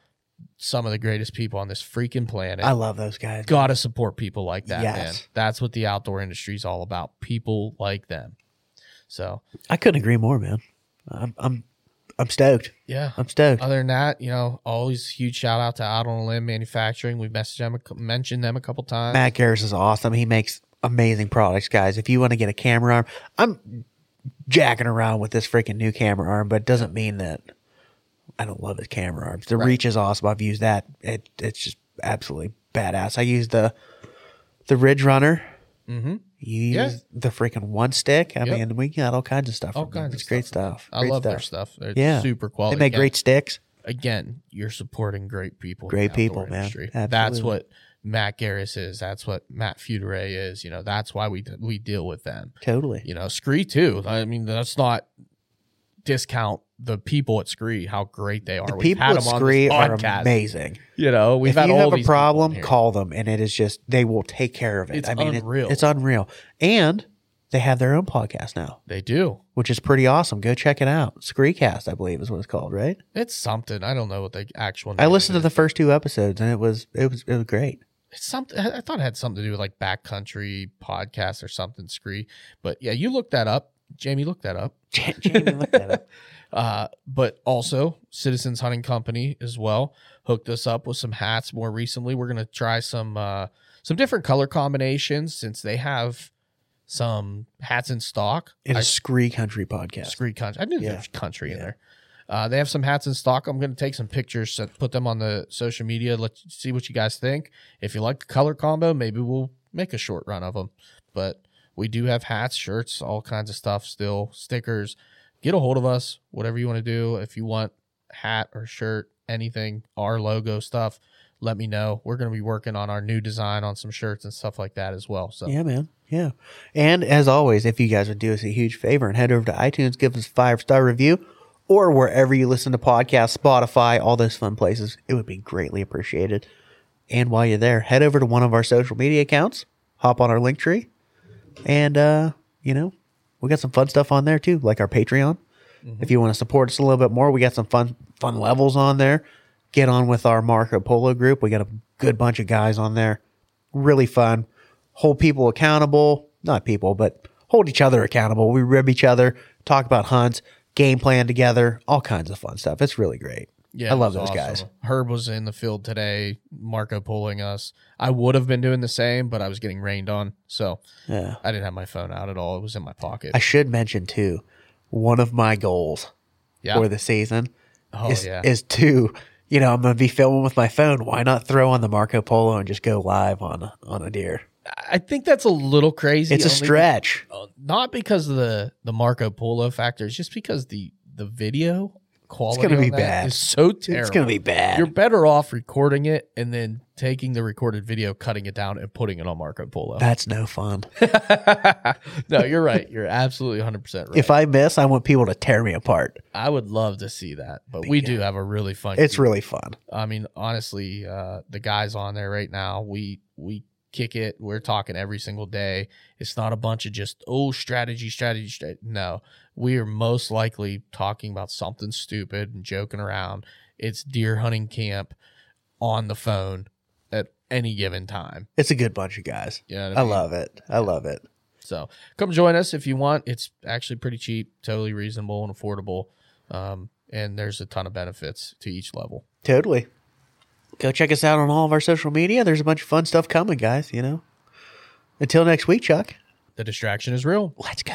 Speaker 4: some of the greatest people on this freaking planet.
Speaker 3: I love those guys.
Speaker 4: Got to support people like that, man.
Speaker 3: Yes.
Speaker 4: That's what the outdoor industry is all about. People like them. So,
Speaker 3: I couldn't agree more, man. I'm I'm I'm stoked.
Speaker 4: yeah.
Speaker 3: I'm stoked.
Speaker 4: Other than that, you know, always huge shout out to Out on a Limb Manufacturing. We've messaged them, a cou- mentioned them a couple times.
Speaker 3: Matt Garris is awesome. He makes amazing products, guys. If you want to get a camera arm, I'm jacking around with this freaking new camera arm, but it doesn't mean that I don't love his camera arms. The reach is awesome. I've used that. It, it's just absolutely badass. I used the the Ridge Runner.
Speaker 4: Mhm.
Speaker 3: You
Speaker 4: Yeah.
Speaker 3: use the freaking one stick. I
Speaker 4: Yep.
Speaker 3: mean, we got all kinds of stuff.
Speaker 4: All
Speaker 3: from them.
Speaker 4: kinds
Speaker 3: It's
Speaker 4: of
Speaker 3: great
Speaker 4: stuff.
Speaker 3: stuff.
Speaker 4: I
Speaker 3: Great
Speaker 4: love their stuff. They're
Speaker 3: Yeah.
Speaker 4: super quality.
Speaker 3: They make
Speaker 4: Again-
Speaker 3: great sticks.
Speaker 4: Again, you're supporting great people. in
Speaker 3: Great
Speaker 4: the
Speaker 3: people,
Speaker 4: outdoor
Speaker 3: man.
Speaker 4: That's
Speaker 3: Absolutely.
Speaker 4: what Matt Garris is. That's what Matt Futere is. You know, that's why we we deal with them.
Speaker 3: Totally.
Speaker 4: You know, Scree too. I mean, that's not discount the people at Scree how great they are.
Speaker 3: The
Speaker 4: We've
Speaker 3: people
Speaker 4: had
Speaker 3: at
Speaker 4: them on
Speaker 3: Scree
Speaker 4: this
Speaker 3: are
Speaker 4: podcast.
Speaker 3: amazing.
Speaker 4: You know, we've
Speaker 3: if
Speaker 4: had
Speaker 3: you
Speaker 4: all
Speaker 3: have a
Speaker 4: these people on
Speaker 3: problem,
Speaker 4: here.
Speaker 3: call them, and it is just they will take care of it.
Speaker 4: It's
Speaker 3: I mean, it-
Speaker 4: unreal.
Speaker 3: it's unreal, and they have their own podcast now,
Speaker 4: They do.
Speaker 3: which is pretty awesome. Go check it out. Screecast, I believe, is what it's called, right?
Speaker 4: It's something. I don't know what the actual.
Speaker 3: I
Speaker 4: name
Speaker 3: listened to
Speaker 4: is.
Speaker 3: the first two episodes, and it was it was it was great.
Speaker 4: It's something. I I thought it had something to do with like backcountry podcast or something. Scree, but yeah, you look that up. Jamie, look that up.
Speaker 3: Jamie looked that up.
Speaker 4: Uh, but also Citizens Hunting Company as well hooked us up with some hats more recently. We're gonna try some uh some different color combinations since they have some hats in stock.
Speaker 3: It
Speaker 4: I-
Speaker 3: is Scree Country Podcast.
Speaker 4: Scree country. I knew
Speaker 3: Yeah.
Speaker 4: there was country in
Speaker 3: Yeah.
Speaker 4: there. Uh, they have some hats in stock. I'm going to take some pictures, so- put them on the social media. Let's see what you guys think. If you like the color combo, maybe we'll make a short run of them. But we do have hats, shirts, all kinds of stuff still, stickers. Get a hold of us, whatever you want to do. If you want hat or shirt, anything, our logo stuff, let me know. We're going to be working on our new design on some shirts and stuff like that as well. So
Speaker 3: Yeah, man. Yeah. And as always, if you guys would do us a huge favor and head over to iTunes, give us a five star review or wherever you listen to podcasts, Spotify, all those fun places, it would be greatly appreciated. And while you're there, head over to one of our social media accounts, hop on our link tree, and, uh, you know, we got some fun stuff on there too, like our Patreon. If you want to support us a little bit more, we got some fun fun levels on there. Get on with our Marco Polo group. We got a good bunch of guys on there. Really fun. Hold people accountable. Not people, but hold each other accountable. We rib each other, talk about hunts, game plan together, all kinds of fun stuff. It's really great.
Speaker 4: Yeah,
Speaker 3: I love
Speaker 4: it was
Speaker 3: those guys.
Speaker 4: awesome. Herb was in the field today, Marco pulling us. I would have been doing the same, but I was getting rained on, so
Speaker 3: Yeah.
Speaker 4: I didn't have my phone out at all. It was in my pocket.
Speaker 3: I should mention too, one of my goals
Speaker 4: yeah.
Speaker 3: for the season
Speaker 4: oh
Speaker 3: is,
Speaker 4: yeah.
Speaker 3: is to you know i'm gonna be filming with my phone why not throw on the marco polo and just go live on on a deer
Speaker 4: I think that's a little crazy.
Speaker 3: it's a
Speaker 4: only-
Speaker 3: stretch
Speaker 4: uh, not because of the the Marco Polo factor, it's just because the the video quality
Speaker 3: gonna
Speaker 4: on
Speaker 3: be
Speaker 4: that
Speaker 3: bad.
Speaker 4: is so terrible.
Speaker 3: it's gonna be bad
Speaker 4: You're better off recording it and then taking the recorded video, cutting it down, and putting it on Marco Polo.
Speaker 3: that's no fun
Speaker 4: no, you're right. You're absolutely 100 percent right.
Speaker 3: if i miss i want people to tear me apart
Speaker 4: I would love to see that, but we do have a really fun.
Speaker 3: it's
Speaker 4: group.
Speaker 3: really fun
Speaker 4: I mean, honestly, uh, the guys on there right now, we we kick it. We're talking every single day. It's not a bunch of just oh strategy, strategy, strategy. No, we are most likely talking about something stupid and joking around. It's deer hunting camp on the phone at any given time.
Speaker 3: it's a good bunch of guys
Speaker 4: You know what
Speaker 3: i
Speaker 4: mean?
Speaker 3: love it i love it
Speaker 4: So come join us if you want. It's actually pretty cheap, totally reasonable and affordable. Um, and there's a ton of benefits to each level.
Speaker 3: totally go check us out on all of our social media there's a bunch of fun stuff coming guys you know until next week chuck
Speaker 4: The distraction is real.
Speaker 3: let's go